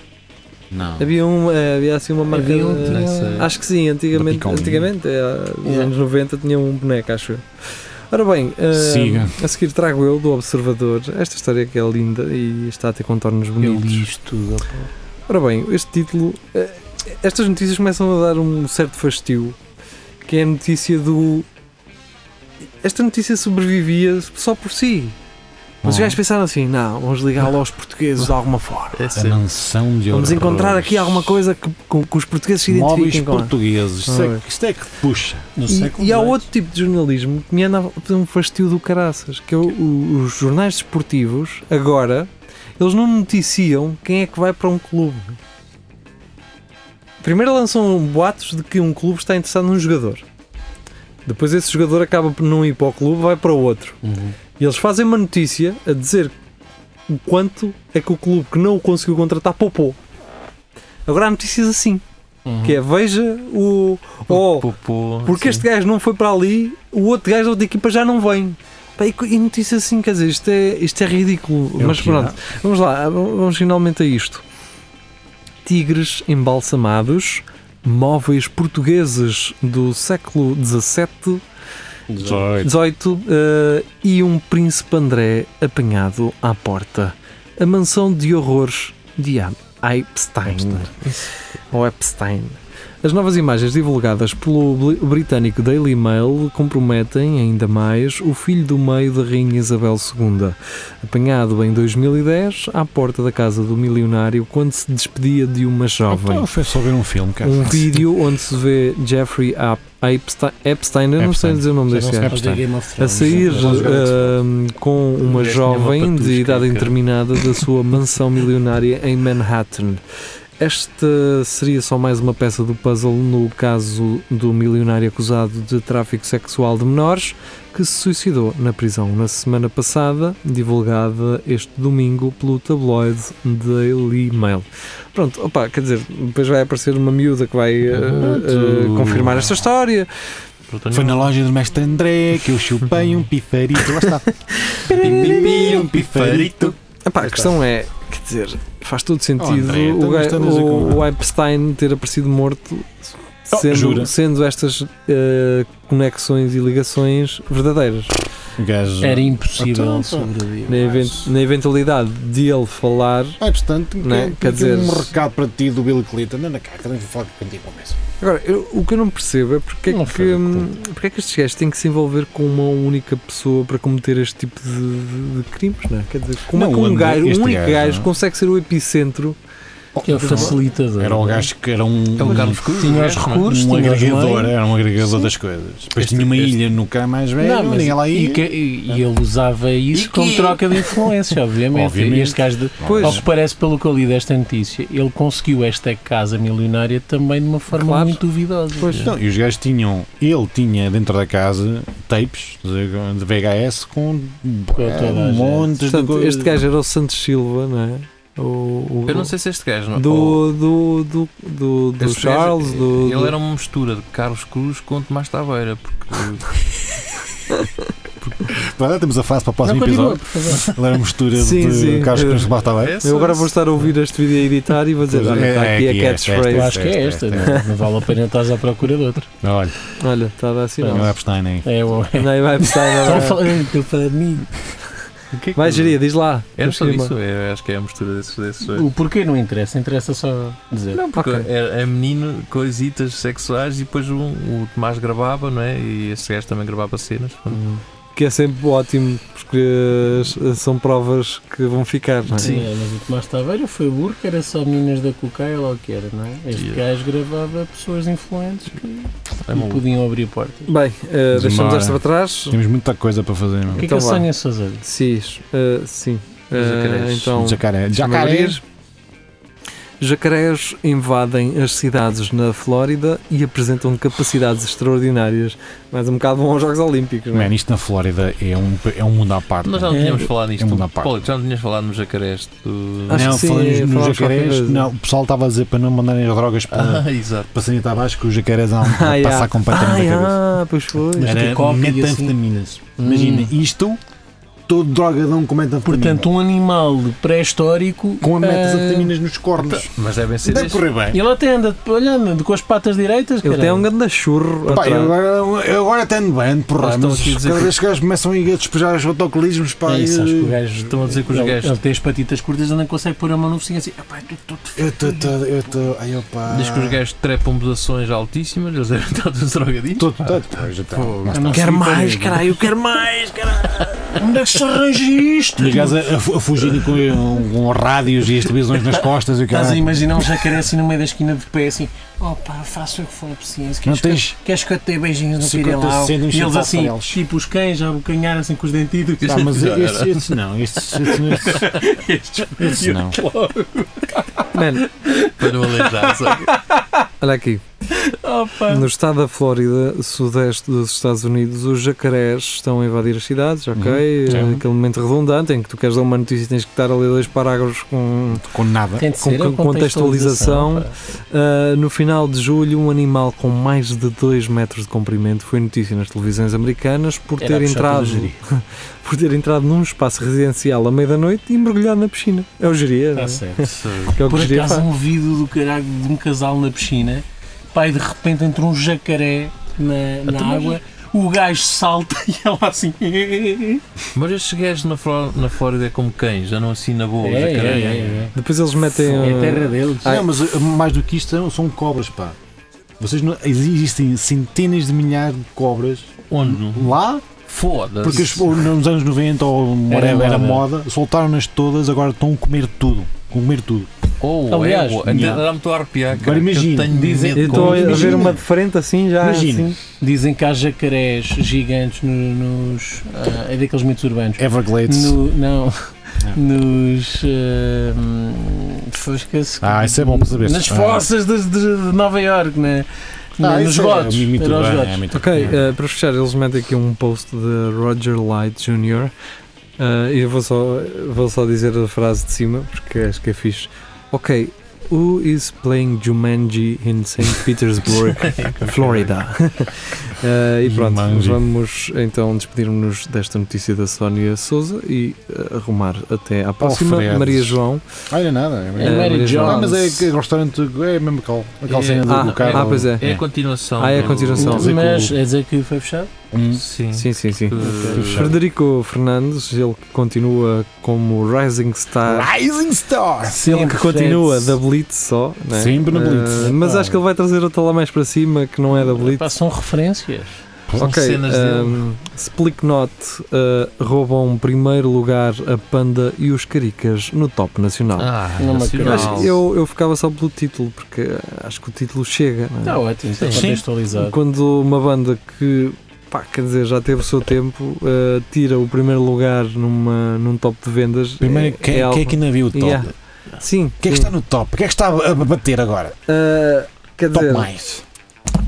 Speaker 4: Não.
Speaker 3: Havia, um, eh, havia assim uma marca.
Speaker 2: Havia um
Speaker 3: de-
Speaker 2: que tinha-
Speaker 5: Não sei.
Speaker 3: Acho que sim, antigamente,
Speaker 4: Da Picolinho.
Speaker 3: antigamente eh, nos
Speaker 2: Yeah.
Speaker 3: anos 90 tinha um boneco, acho eu. Ora bem, eh,
Speaker 4: Siga.
Speaker 3: a seguir trago eu do Observador esta história que é linda e está a ter contornos
Speaker 2: Eu
Speaker 3: bonitos.
Speaker 2: li isto tudo. opa.
Speaker 3: Ora bem, este título. eh, Estas notícias começam a dar um certo fastio, que é a notícia do. Esta notícia sobrevivia só por si. Mas os gajos pensaram assim: não, vamos ligá-lo aos portugueses de alguma forma.
Speaker 5: É
Speaker 4: A
Speaker 5: sempre.
Speaker 4: mansão de
Speaker 3: Vamos
Speaker 4: horrores.
Speaker 3: encontrar aqui alguma coisa que, com- que os portugueses se
Speaker 4: Móveis
Speaker 3: identifiquem com.
Speaker 4: portugueses. Isto é,
Speaker 3: Ah,
Speaker 4: que- isto é que te puxa.
Speaker 2: No século
Speaker 3: E, e há
Speaker 4: é.
Speaker 2: XVIII.
Speaker 3: outro tipo de jornalismo que me anda a fazer um fastio do caraças, que é o- o- os jornais desportivos, agora, eles não noticiam quem é que vai para um clube. Primeiro lançam boatos de que um clube está interessado num jogador. Depois esse jogador acaba por não ir para o clube, vai para o outro. E eles fazem uma notícia a dizer o quanto é que o clube que não o conseguiu contratar poupou. Agora há notícias assim. Que é, veja o... oh,
Speaker 5: Popô,
Speaker 3: porque
Speaker 5: sim.
Speaker 3: este gajo não foi para ali, o outro gajo da outra equipa já não vem. Pá, e co- e notícia assim, quer dizer, isto é, isto é ridículo.
Speaker 4: É o
Speaker 3: Mas
Speaker 4: que há.
Speaker 3: pronto, vamos lá, v- vamos finalmente a isto. Tigres embalsamados, móveis portugueses do século XVII,
Speaker 4: Dezoito.
Speaker 3: XVIII eh, e um príncipe André apanhado à porta. A mansão de horrores de Einstein.
Speaker 4: Einstein.
Speaker 3: ao Epstein. As novas imagens divulgadas pelo bli- britânico Daily Mail comprometem ainda mais o filho do meio da Rainha Isabel II, apanhado em 2010 à porta da casa do milionário quando se despedia de uma jovem.
Speaker 6: Então, foi só ver um filme, cara.
Speaker 3: um vídeo onde se vê Jeffrey Ap- Epstein, Epstein, eu não sei
Speaker 6: Epstein.
Speaker 3: dizer o nome
Speaker 4: é
Speaker 6: Já não
Speaker 3: deste
Speaker 6: sei
Speaker 3: gajo,
Speaker 2: Os da Game of
Speaker 3: a
Speaker 2: Thrones.
Speaker 3: sair
Speaker 4: eh, um
Speaker 3: ahm, com uma
Speaker 5: Um gajo tinha uma
Speaker 3: jovem de
Speaker 5: patusca,
Speaker 3: idade
Speaker 5: cara.
Speaker 3: interminada da sua mansão milionária em Manhattan. Esta seria só mais uma peça do puzzle no caso do milionário acusado de tráfico sexual de menores que se suicidou na prisão na semana passada, divulgada este domingo pelo tabloide Daily Mail. Pronto, opa, quer dizer, depois vai aparecer uma miúda que vai ah, ah,
Speaker 6: Pronto.
Speaker 3: confirmar esta história.
Speaker 4: Foi na loja do mestre André que eu chupei um pifarito. Lá está. um pifarito.
Speaker 3: Epá, a questão é, quer dizer, faz todo sentido
Speaker 6: tá. Oh, André,
Speaker 3: o,
Speaker 6: então
Speaker 3: ga-
Speaker 6: estamos a
Speaker 3: o-
Speaker 6: conversar.
Speaker 3: o Epstein ter aparecido morto
Speaker 6: Oh,
Speaker 3: sendo,
Speaker 6: jura?
Speaker 3: sendo estas eh, conexões e ligações verdadeiras.
Speaker 6: O gajo.
Speaker 2: Era impossível
Speaker 4: Então,
Speaker 2: ele sobreviver.
Speaker 3: Na, event- na eventualidade de ele falar.
Speaker 4: Ah, portanto,
Speaker 3: Não é?
Speaker 4: que-
Speaker 3: Quer
Speaker 4: que-
Speaker 3: dizer-
Speaker 4: um recado para ti do Bill Clinton. Anda cá, que eu não vou falar contigo uma vez.
Speaker 3: Agora, eu- o que eu não percebo é porque é,
Speaker 6: Não
Speaker 3: que,
Speaker 6: foi,
Speaker 3: hum, porque é que estes gajos têm que se envolver com uma única pessoa para cometer este tipo de, de- de crimes, não é? Quer dizer, como é
Speaker 6: Não,
Speaker 3: que um
Speaker 6: onde
Speaker 3: gajo,
Speaker 6: este
Speaker 3: um único
Speaker 6: gajo,
Speaker 3: gajo
Speaker 6: não é?
Speaker 3: consegue ser o epicentro?
Speaker 2: Que é o facilitador.
Speaker 6: Era o
Speaker 4: é.
Speaker 6: gajo que era um.
Speaker 5: É o Carlos Cruz.
Speaker 2: Tinha os
Speaker 5: mesmo,
Speaker 2: recursos,
Speaker 6: Um
Speaker 2: tinha os
Speaker 6: agregador,
Speaker 2: meios.
Speaker 6: era um agregador das coisas. Depois
Speaker 5: Este-
Speaker 6: tinha uma
Speaker 5: este-
Speaker 6: ilha no cá mais velho,
Speaker 2: Não, mas
Speaker 6: ninguém lá
Speaker 2: e,
Speaker 6: ia.
Speaker 2: que- e- e é? ele usava isso
Speaker 4: E
Speaker 2: como
Speaker 4: que-
Speaker 2: troca de influência, obviamente.
Speaker 6: Obviamente.
Speaker 2: E este gajo, de,
Speaker 3: Pois.
Speaker 2: ao que parece pelo que eu li desta notícia, ele conseguiu esta casa milionária também de uma forma
Speaker 3: Claro.
Speaker 2: muito duvidosa.
Speaker 6: Não, então, e os gajos tinham, ele tinha dentro da casa tapes de, de VHS com
Speaker 2: toda a
Speaker 6: um
Speaker 2: gente.
Speaker 6: monte de
Speaker 3: Portanto,
Speaker 6: coisas.
Speaker 3: este gajo era o Santos Silva, não é? O- o-
Speaker 5: Eu não sei se este gajo não
Speaker 3: do, do, do, do, do
Speaker 5: Este
Speaker 3: Charles,
Speaker 5: gajo,
Speaker 3: do,
Speaker 5: Ele
Speaker 3: do-
Speaker 5: era um uma mistura de Carlos Cruz com Tomás Taveira, porque
Speaker 6: Vá, Temos a fase para o
Speaker 2: Não,
Speaker 6: próximo
Speaker 2: continua,
Speaker 6: episódio.
Speaker 2: por favor.
Speaker 6: Ele era mistura
Speaker 3: Sim,
Speaker 6: de
Speaker 3: sim.
Speaker 6: Carlos
Speaker 3: Eu-
Speaker 6: Cruz que basta bem.
Speaker 5: esse-
Speaker 3: Eu agora vou estar a ouvir este vídeo a editar e vou dizer:
Speaker 6: Pois é,
Speaker 3: olha, está
Speaker 6: é
Speaker 3: aqui a
Speaker 6: aqui esta,
Speaker 3: catchphrase.
Speaker 2: Eu acho que é esta,
Speaker 6: Esta,
Speaker 2: não, não vale a pena estás à procura de outra.
Speaker 6: Olha,
Speaker 3: Olha, está a dar sinal.
Speaker 6: não é Epstein aí.
Speaker 2: É, o- é.
Speaker 3: Não, vai precisar,
Speaker 2: Estão a
Speaker 3: não, não.
Speaker 2: falar- Estou a falar de mim. é
Speaker 3: Vai, geria, diz lá.
Speaker 5: era só
Speaker 3: Esquema.
Speaker 5: isso, é, acho que é a mistura desses, desses dois.
Speaker 2: O porquê não interessa, interessa só dizer.
Speaker 3: Não,
Speaker 5: Porque
Speaker 3: ok.
Speaker 5: era, era menino, coisitas sexuais e depois um, o Tomás gravava, não é? E este gajo também gravava cenas. pronto.
Speaker 3: Que é sempre ótimo, porque as- são provas que vão ficar, não é?
Speaker 2: Sim, é, mas o Tomás Taveira foi burro, que era só meninas da cocaína ou o que era, não é? Este
Speaker 5: Yeah.
Speaker 2: gajo gravava pessoas influentes que
Speaker 5: É
Speaker 2: não
Speaker 5: maluco.
Speaker 2: podiam abrir portas.
Speaker 3: Bem, eh, deixamos
Speaker 6: Demora.
Speaker 3: esta para trás.
Speaker 6: Temos muita coisa para fazer.
Speaker 2: O
Speaker 6: meu.
Speaker 2: que é que
Speaker 3: Então
Speaker 2: eu
Speaker 3: vá.
Speaker 2: sonho fazer?
Speaker 3: Sim, eh, sim. Eh,
Speaker 5: Jacarés.
Speaker 3: então,
Speaker 6: Jacaré. Jacarés.
Speaker 3: Jacarés. Jacarés invadem as cidades na Flórida e apresentam capacidades extraordinárias. Mais um bocado vão aos Jogos Olímpicos, não é?
Speaker 6: Man, isto na Flórida é um, é um mundo à parte.
Speaker 5: Nós já não
Speaker 2: É,
Speaker 5: tínhamos falado
Speaker 6: é
Speaker 5: nisto.
Speaker 6: uma parte.
Speaker 5: Paulo, já não tínhamos falado nos jacarés do.
Speaker 3: Acho
Speaker 6: não,
Speaker 3: que sim,
Speaker 6: falamos nos
Speaker 3: falámos qualquer
Speaker 6: jacarés.
Speaker 3: coisa.
Speaker 6: Não, o pessoal estava a dizer para não mandarem as drogas para,
Speaker 5: Ah, exato.
Speaker 6: para sanita abaixo que os jacarés há um
Speaker 3: Ah,
Speaker 6: a
Speaker 3: yeah.
Speaker 6: passar completamente a cabeça.
Speaker 3: Ah, pois foi.
Speaker 2: Mas que
Speaker 6: Era
Speaker 2: copy e assim. Hum.
Speaker 6: metanfetaminas. Imagina, isto, todo drogadão com metanfetaminas.
Speaker 2: Portanto, um animal pré-histórico
Speaker 4: Com a
Speaker 2: ah,
Speaker 4: metanfetaminas nos cornos.
Speaker 5: Mas devem ser
Speaker 4: Deve
Speaker 5: destes.
Speaker 4: correr bem.
Speaker 2: Ele até anda, olha, anda com as patas direitas.
Speaker 3: Ele tem
Speaker 2: caralho.
Speaker 3: um grande churro.
Speaker 4: Pá,
Speaker 3: atrás.
Speaker 4: eu agora, eu agora até ando bem, ando por
Speaker 2: Ah,
Speaker 5: Eles
Speaker 4: ramos.
Speaker 5: estão aqui a dizer
Speaker 4: Cada
Speaker 5: que-
Speaker 4: vez que eles começam a ir a despejar os autocolismos, pá,
Speaker 2: É isso,
Speaker 4: eu-
Speaker 2: acho que o gajo.
Speaker 5: Estão a dizer que os
Speaker 2: ele,
Speaker 5: gajos-
Speaker 2: Ele tem as patitas curtas, ele não consegue pôr a mão no focinho assim. "Epá, eu tô- tô-
Speaker 4: eu estou todo. Eu estou. Ai, opá.
Speaker 5: Diz que os gajos trepam posições altíssimas, eles devem estar todos drogadinhos.
Speaker 4: Estou todo. Pois, então.
Speaker 2: eu não
Speaker 3: Quero
Speaker 2: sei para
Speaker 3: mais,
Speaker 2: onde".
Speaker 3: caralho, quero mais, caralho.
Speaker 2: Onde é que se arranja isto?
Speaker 6: E os gajos a, a, a fugirem com,
Speaker 4: um
Speaker 6: com rádios e as televisões nas costas e o
Speaker 2: Estás a
Speaker 6: caralho.
Speaker 2: imaginar um jacaré assim no meio da esquina de pé, assim, opa, faça o que for preciso.
Speaker 6: Não
Speaker 2: Queres,
Speaker 6: tens.
Speaker 2: que, queres que eu te dê beijinhos no
Speaker 4: 50
Speaker 2: pirilau?
Speaker 4: cêntimos
Speaker 2: E eles
Speaker 4: sem
Speaker 2: assim,
Speaker 4: falta deles.
Speaker 2: tipo os cães, a abocanhar assim com os dentidos.
Speaker 6: Ah, mas estes, estes não, estes, estes,
Speaker 2: Estes
Speaker 6: estes não.
Speaker 3: Mano,
Speaker 5: Para não aleijar, sabe?
Speaker 3: olha aqui.
Speaker 2: Opa.
Speaker 3: No estado da Flórida, sudeste dos Estados Unidos, os jacarés estão a invadir as cidades, ok?
Speaker 6: Uhum.
Speaker 3: É
Speaker 6: sim.
Speaker 3: Aquele momento redundante em que tu queres dar uma notícia e tens que estar a ler dois parágrafos com.
Speaker 6: Com nada.
Speaker 2: Tem de
Speaker 3: Com-
Speaker 2: ser a
Speaker 3: com contextualização, Ah, no final de julho, um animal com mais de 2 metros de comprimento foi notícia nas televisões americanas por
Speaker 2: Era a
Speaker 3: ter
Speaker 2: puxar pelo
Speaker 3: entrado.
Speaker 2: geri.
Speaker 3: Por ter entrado num espaço residencial à meia-noite e mergulhado na piscina. É o geria,
Speaker 2: Está Tá certo.
Speaker 3: que é o que
Speaker 2: Por
Speaker 3: o geria
Speaker 2: acaso
Speaker 3: faz.
Speaker 2: um vídeo do caralho de um casal na piscina, pai de repente entra um jacaré na, na água, o gajo salta e ela assim.
Speaker 5: Mas estes gajos na, Fló- na Flórida é como cães, andam assim na boa.
Speaker 2: É,
Speaker 5: jacaré.
Speaker 2: é, é, é.
Speaker 3: Depois eles metem.
Speaker 2: É a
Speaker 3: uh,
Speaker 2: terra deles.
Speaker 3: Ai.
Speaker 4: Não, mas uh, mais do que isto são, são cobras, pá. Vocês não, existem centenas de milhares de cobras
Speaker 5: Onde?
Speaker 4: lá,
Speaker 5: Foda-se.
Speaker 4: porque os- nos anos 90 ou
Speaker 2: Era
Speaker 4: whatever, era
Speaker 2: moda.
Speaker 4: moda, soltaram-nas todas, agora estão a comer tudo. Comer tudo.
Speaker 5: Oh,
Speaker 2: Aliás,
Speaker 5: é, boa. Até
Speaker 4: yeah.
Speaker 5: dá-me a arrepiar. cara,
Speaker 4: Agora
Speaker 5: que
Speaker 4: imagina, então, é
Speaker 5: Eu tenho
Speaker 2: dizem-
Speaker 5: medo
Speaker 3: eu estou
Speaker 5: com-
Speaker 3: a ver
Speaker 4: Imagina.
Speaker 3: uma de frente assim já.
Speaker 4: Imagina.
Speaker 3: assim.
Speaker 2: Dizem que há jacarés gigantes no- nos. ah, é daqueles mitos urbanos.
Speaker 4: Everglades.
Speaker 2: No, não. Nos. ah, hum, fosca-se-
Speaker 6: Ah, isso é bom para saber.
Speaker 2: Nas
Speaker 6: Ah.
Speaker 2: forças de, de- de Nova York, né?
Speaker 4: Ah,
Speaker 2: nos
Speaker 4: isso é
Speaker 2: gotos.
Speaker 6: Muito
Speaker 2: Era os
Speaker 6: bem,
Speaker 2: gotos.
Speaker 6: é muito
Speaker 3: Ok,
Speaker 6: bem.
Speaker 3: uh, para fechar, eles metem aqui um post de Roger Light Jr. Uh, e eu vou só, vou só dizer a frase de cima, porque acho que é fixe. Ok, who is playing Jumanji in St. Petersburg, Florida? Uh, e pronto,
Speaker 6: Jumanji.
Speaker 3: vamos então despedir-nos desta notícia da Sónia Souza e uh, arrumar até à próxima.
Speaker 6: Fred.
Speaker 3: Maria João.
Speaker 4: Olha Ah, nada.
Speaker 2: É
Speaker 3: uh,
Speaker 2: Mary
Speaker 3: Maria
Speaker 2: Jo.
Speaker 4: Ah,
Speaker 3: João.
Speaker 4: mas é que o restaurante é mesmo cal, a calcinha do,
Speaker 3: Ah,
Speaker 4: do carro.
Speaker 3: ah, pois é.
Speaker 5: É a continuação.
Speaker 3: Ah, é a
Speaker 5: do-
Speaker 3: continuação.
Speaker 4: dizer que
Speaker 2: Mas
Speaker 4: o-
Speaker 2: é dizer que foi fechado?
Speaker 4: Hum.
Speaker 5: Sim.
Speaker 3: Sim, sim, sim.
Speaker 5: Que-
Speaker 3: Frederico Fernandes, ele que continua como Rising Star.
Speaker 4: Rising Star!
Speaker 3: Ele que continua da Blitz só, né?
Speaker 6: Sempre na Blitz.
Speaker 3: Ah, mas
Speaker 4: Ah.
Speaker 3: acho que ele vai trazer outra lá mais para cima que não é da Blitz.
Speaker 2: Passam referências.
Speaker 5: São
Speaker 3: Ok,
Speaker 5: cenas
Speaker 2: hum,
Speaker 5: dele.
Speaker 3: um, Splicknot ah, roubam primeiro lugar a Panda e os Caricas no top nacional.
Speaker 5: Ah,
Speaker 2: Não me
Speaker 5: nacional.
Speaker 3: Mas eu, eu ficava só pelo título, porque acho que o título chega. não é?
Speaker 2: Está ótimo, está
Speaker 5: Sim.
Speaker 2: contextualizado.
Speaker 3: Quando uma banda que, pá, quer dizer, já teve o seu tempo, ah, tira o primeiro lugar numa, num top de vendas.
Speaker 6: Primeiro, quem
Speaker 3: algo-
Speaker 6: quem é que ainda viu o top?
Speaker 3: Yeah. Sim.
Speaker 6: Quem é que
Speaker 3: sim.
Speaker 6: está no top? Quem é que está a a bater agora?
Speaker 3: Ah, quer
Speaker 6: Top
Speaker 3: dizer,
Speaker 6: mais.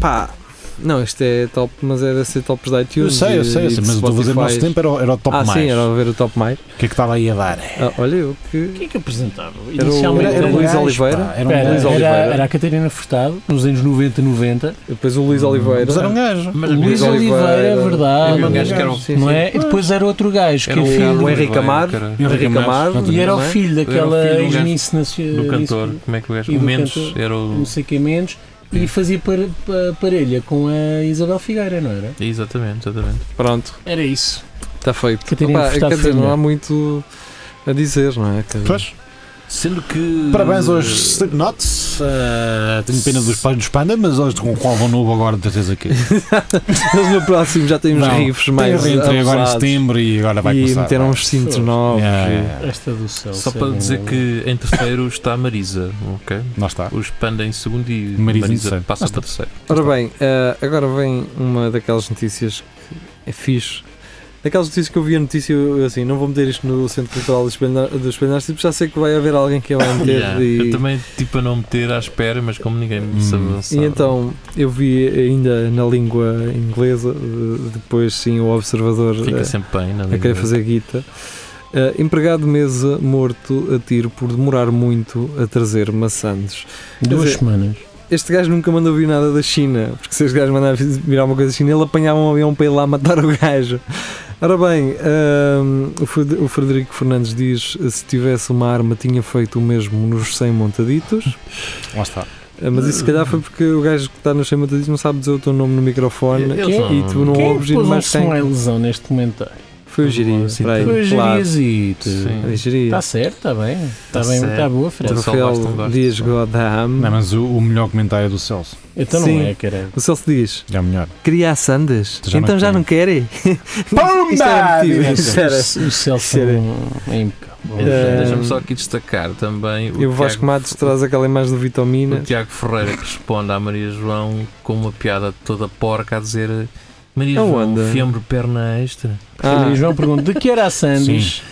Speaker 3: pá. Não, isto é top, mas era ser tops da
Speaker 6: Eu
Speaker 3: iTunes.
Speaker 6: sei, eu
Speaker 3: e-
Speaker 6: sei, eu
Speaker 3: e
Speaker 6: sei
Speaker 3: de
Speaker 6: mas estou a fazer o nosso
Speaker 3: Spotify.
Speaker 6: tempo era o, era o top
Speaker 3: ah,
Speaker 6: mais.
Speaker 3: sim, era a ver o top mais.
Speaker 6: O que é que estava aí a dar?
Speaker 3: Ah, olha, eu
Speaker 2: O
Speaker 3: que.
Speaker 2: que é que apresentava?
Speaker 3: Era o,
Speaker 2: Inicialmente
Speaker 3: era o
Speaker 2: era-
Speaker 3: Luís
Speaker 6: gajo,
Speaker 3: Oliveira.
Speaker 6: pá, era um
Speaker 2: Espera,
Speaker 6: gajo.
Speaker 2: era,
Speaker 3: Oliveira.
Speaker 2: era a Catarina Furtado, nos anos 90 90.
Speaker 3: Depois o Luís Oliveira. Ah,
Speaker 6: Mas era um gajo.
Speaker 5: Mas
Speaker 2: Luís
Speaker 5: havia-
Speaker 2: Oliveira, é verdade.
Speaker 5: havia um gajo que era o-
Speaker 3: Sim,
Speaker 2: não
Speaker 3: sim.
Speaker 2: é? E depois era outro gajo, que
Speaker 5: era
Speaker 2: é
Speaker 5: o
Speaker 2: filho.
Speaker 5: Carlos
Speaker 3: o Henrique
Speaker 5: Oliveira,
Speaker 3: Amaro.
Speaker 5: cara.
Speaker 3: Henrique Amaro.
Speaker 2: E era o
Speaker 3: não é?
Speaker 2: filho daquela
Speaker 5: filho do gajo
Speaker 2: ex-miss nacio-
Speaker 5: Do
Speaker 2: miss-
Speaker 5: cantor, como é que o gajo?
Speaker 2: E
Speaker 5: O
Speaker 2: do
Speaker 5: Mendes
Speaker 2: cantor.
Speaker 5: era o.
Speaker 2: não sei quem menos, e fazia par- pa- parelha com a Isabel Figueira, não era?
Speaker 5: Exatamente, exatamente.
Speaker 3: Pronto,
Speaker 2: Era isso.
Speaker 3: está feito.
Speaker 2: Catarina
Speaker 3: Opa,
Speaker 2: Furtado
Speaker 3: quer dizer, não
Speaker 2: Filho.
Speaker 3: há muito a dizer, não é? Quer dizer,
Speaker 6: Pois.
Speaker 5: Sendo que.
Speaker 4: Parabéns
Speaker 3: Hum.
Speaker 4: aos Slipknots. Ah, tenho pena dos pais dos Panda, mas hoje com o qual vão novo agora, de certeza aqui.
Speaker 3: Mas no próximo já tem uns
Speaker 6: Não,
Speaker 3: riffs
Speaker 6: Tem
Speaker 3: mais.
Speaker 6: reentrei agora em
Speaker 3: abusados.
Speaker 6: setembro e agora vai
Speaker 3: e
Speaker 6: começar.
Speaker 3: meteram
Speaker 6: vai.
Speaker 3: uns cintos novos.
Speaker 6: Yeah, yeah, yeah.
Speaker 2: Esta do céu.
Speaker 5: Só
Speaker 2: sei
Speaker 5: para
Speaker 2: lá.
Speaker 5: dizer que em terceiro está a Marisa, ok?
Speaker 6: Lá está.
Speaker 5: Os Panda em segundo e
Speaker 6: Marisa
Speaker 5: Marisa,
Speaker 6: em terceiro.
Speaker 5: passa
Speaker 6: Ah,
Speaker 5: para terceiro.
Speaker 3: Ora bem, eh, agora vem uma daquelas notícias que é fixe. Daquelas notícias que eu vi a notícia, eu, eu assim, não vou meter isto no Centro Cultural do Espelho Nar- do Espelho Narciso, porque tipo, já sei que vai haver alguém que vai meter.
Speaker 5: Yeah.
Speaker 3: e,
Speaker 5: Eu também, tipo, a não meter à espera, mas como ninguém me se
Speaker 6: Hum.
Speaker 5: avançar.
Speaker 3: e então, eu vi ainda na língua inglesa, de- depois sim o observador
Speaker 5: Fica
Speaker 3: eh,
Speaker 5: sempre bem, na
Speaker 3: a querer
Speaker 5: língua.
Speaker 3: fazer guita. Eh, empregado de mesa morto a tiro por demorar muito a trazer maçãs.
Speaker 2: Duas
Speaker 3: dizer-
Speaker 2: semanas.
Speaker 3: Este gajo nunca mandou vir nada da China, porque se este gajo mandava virar uma coisa da China, ele apanhava um avião para ir lá matar o gajo. Ora bem, hum, o Fred- o Frederico Fernandes diz: se tivesse uma arma, tinha feito o mesmo nos 100 montaditos.
Speaker 6: Lá está.
Speaker 3: Ah, Mas isso se calhar foi porque o gajo que está nos 100 montaditos não sabe dizer o teu nome no microfone
Speaker 5: Eles
Speaker 3: e
Speaker 5: não-
Speaker 3: tu não
Speaker 2: Quem
Speaker 3: ouves e
Speaker 2: pôs um
Speaker 3: mais
Speaker 2: som à
Speaker 3: quem.
Speaker 2: ilusão neste comentário?
Speaker 3: Foi o Giri.
Speaker 5: Sim,
Speaker 3: peraí,
Speaker 2: Foi o
Speaker 3: claro.
Speaker 2: Girizito.
Speaker 5: Sim.
Speaker 3: Foi o Giri.
Speaker 2: Está Tá certo, está bem. Está
Speaker 5: Tá
Speaker 2: bem,
Speaker 5: certo.
Speaker 2: está boa, Fred.
Speaker 3: Então
Speaker 5: Tá Salvaste, não
Speaker 3: Rafael
Speaker 5: gosto.
Speaker 3: diz Godam.
Speaker 6: Não, mas o, o melhor comentário é do Celso.
Speaker 2: Então não
Speaker 3: Sim.
Speaker 2: é, caralho.
Speaker 3: O Celso diz:
Speaker 6: Já é o melhor.
Speaker 3: queria a Sandas,
Speaker 6: Já não
Speaker 3: então já
Speaker 6: quero.
Speaker 3: não querem? Isto era
Speaker 4: Pumba!
Speaker 3: motivo.
Speaker 4: Direto.
Speaker 3: Era-
Speaker 2: O Celso
Speaker 3: Isso era-
Speaker 2: é impecável.
Speaker 3: Eh,
Speaker 5: Deixa-me só aqui destacar também o
Speaker 3: E o Vasco
Speaker 5: Tiago-
Speaker 3: Matos traz aquela imagem do Vitamina.
Speaker 5: O Tiago Ferreira que responde à Maria João com uma piada toda porca a dizer Maria
Speaker 3: Não
Speaker 5: João,
Speaker 3: anda."
Speaker 5: fiambre perna extra.
Speaker 3: Ah,
Speaker 2: E João pergunta, de que era a Sandes?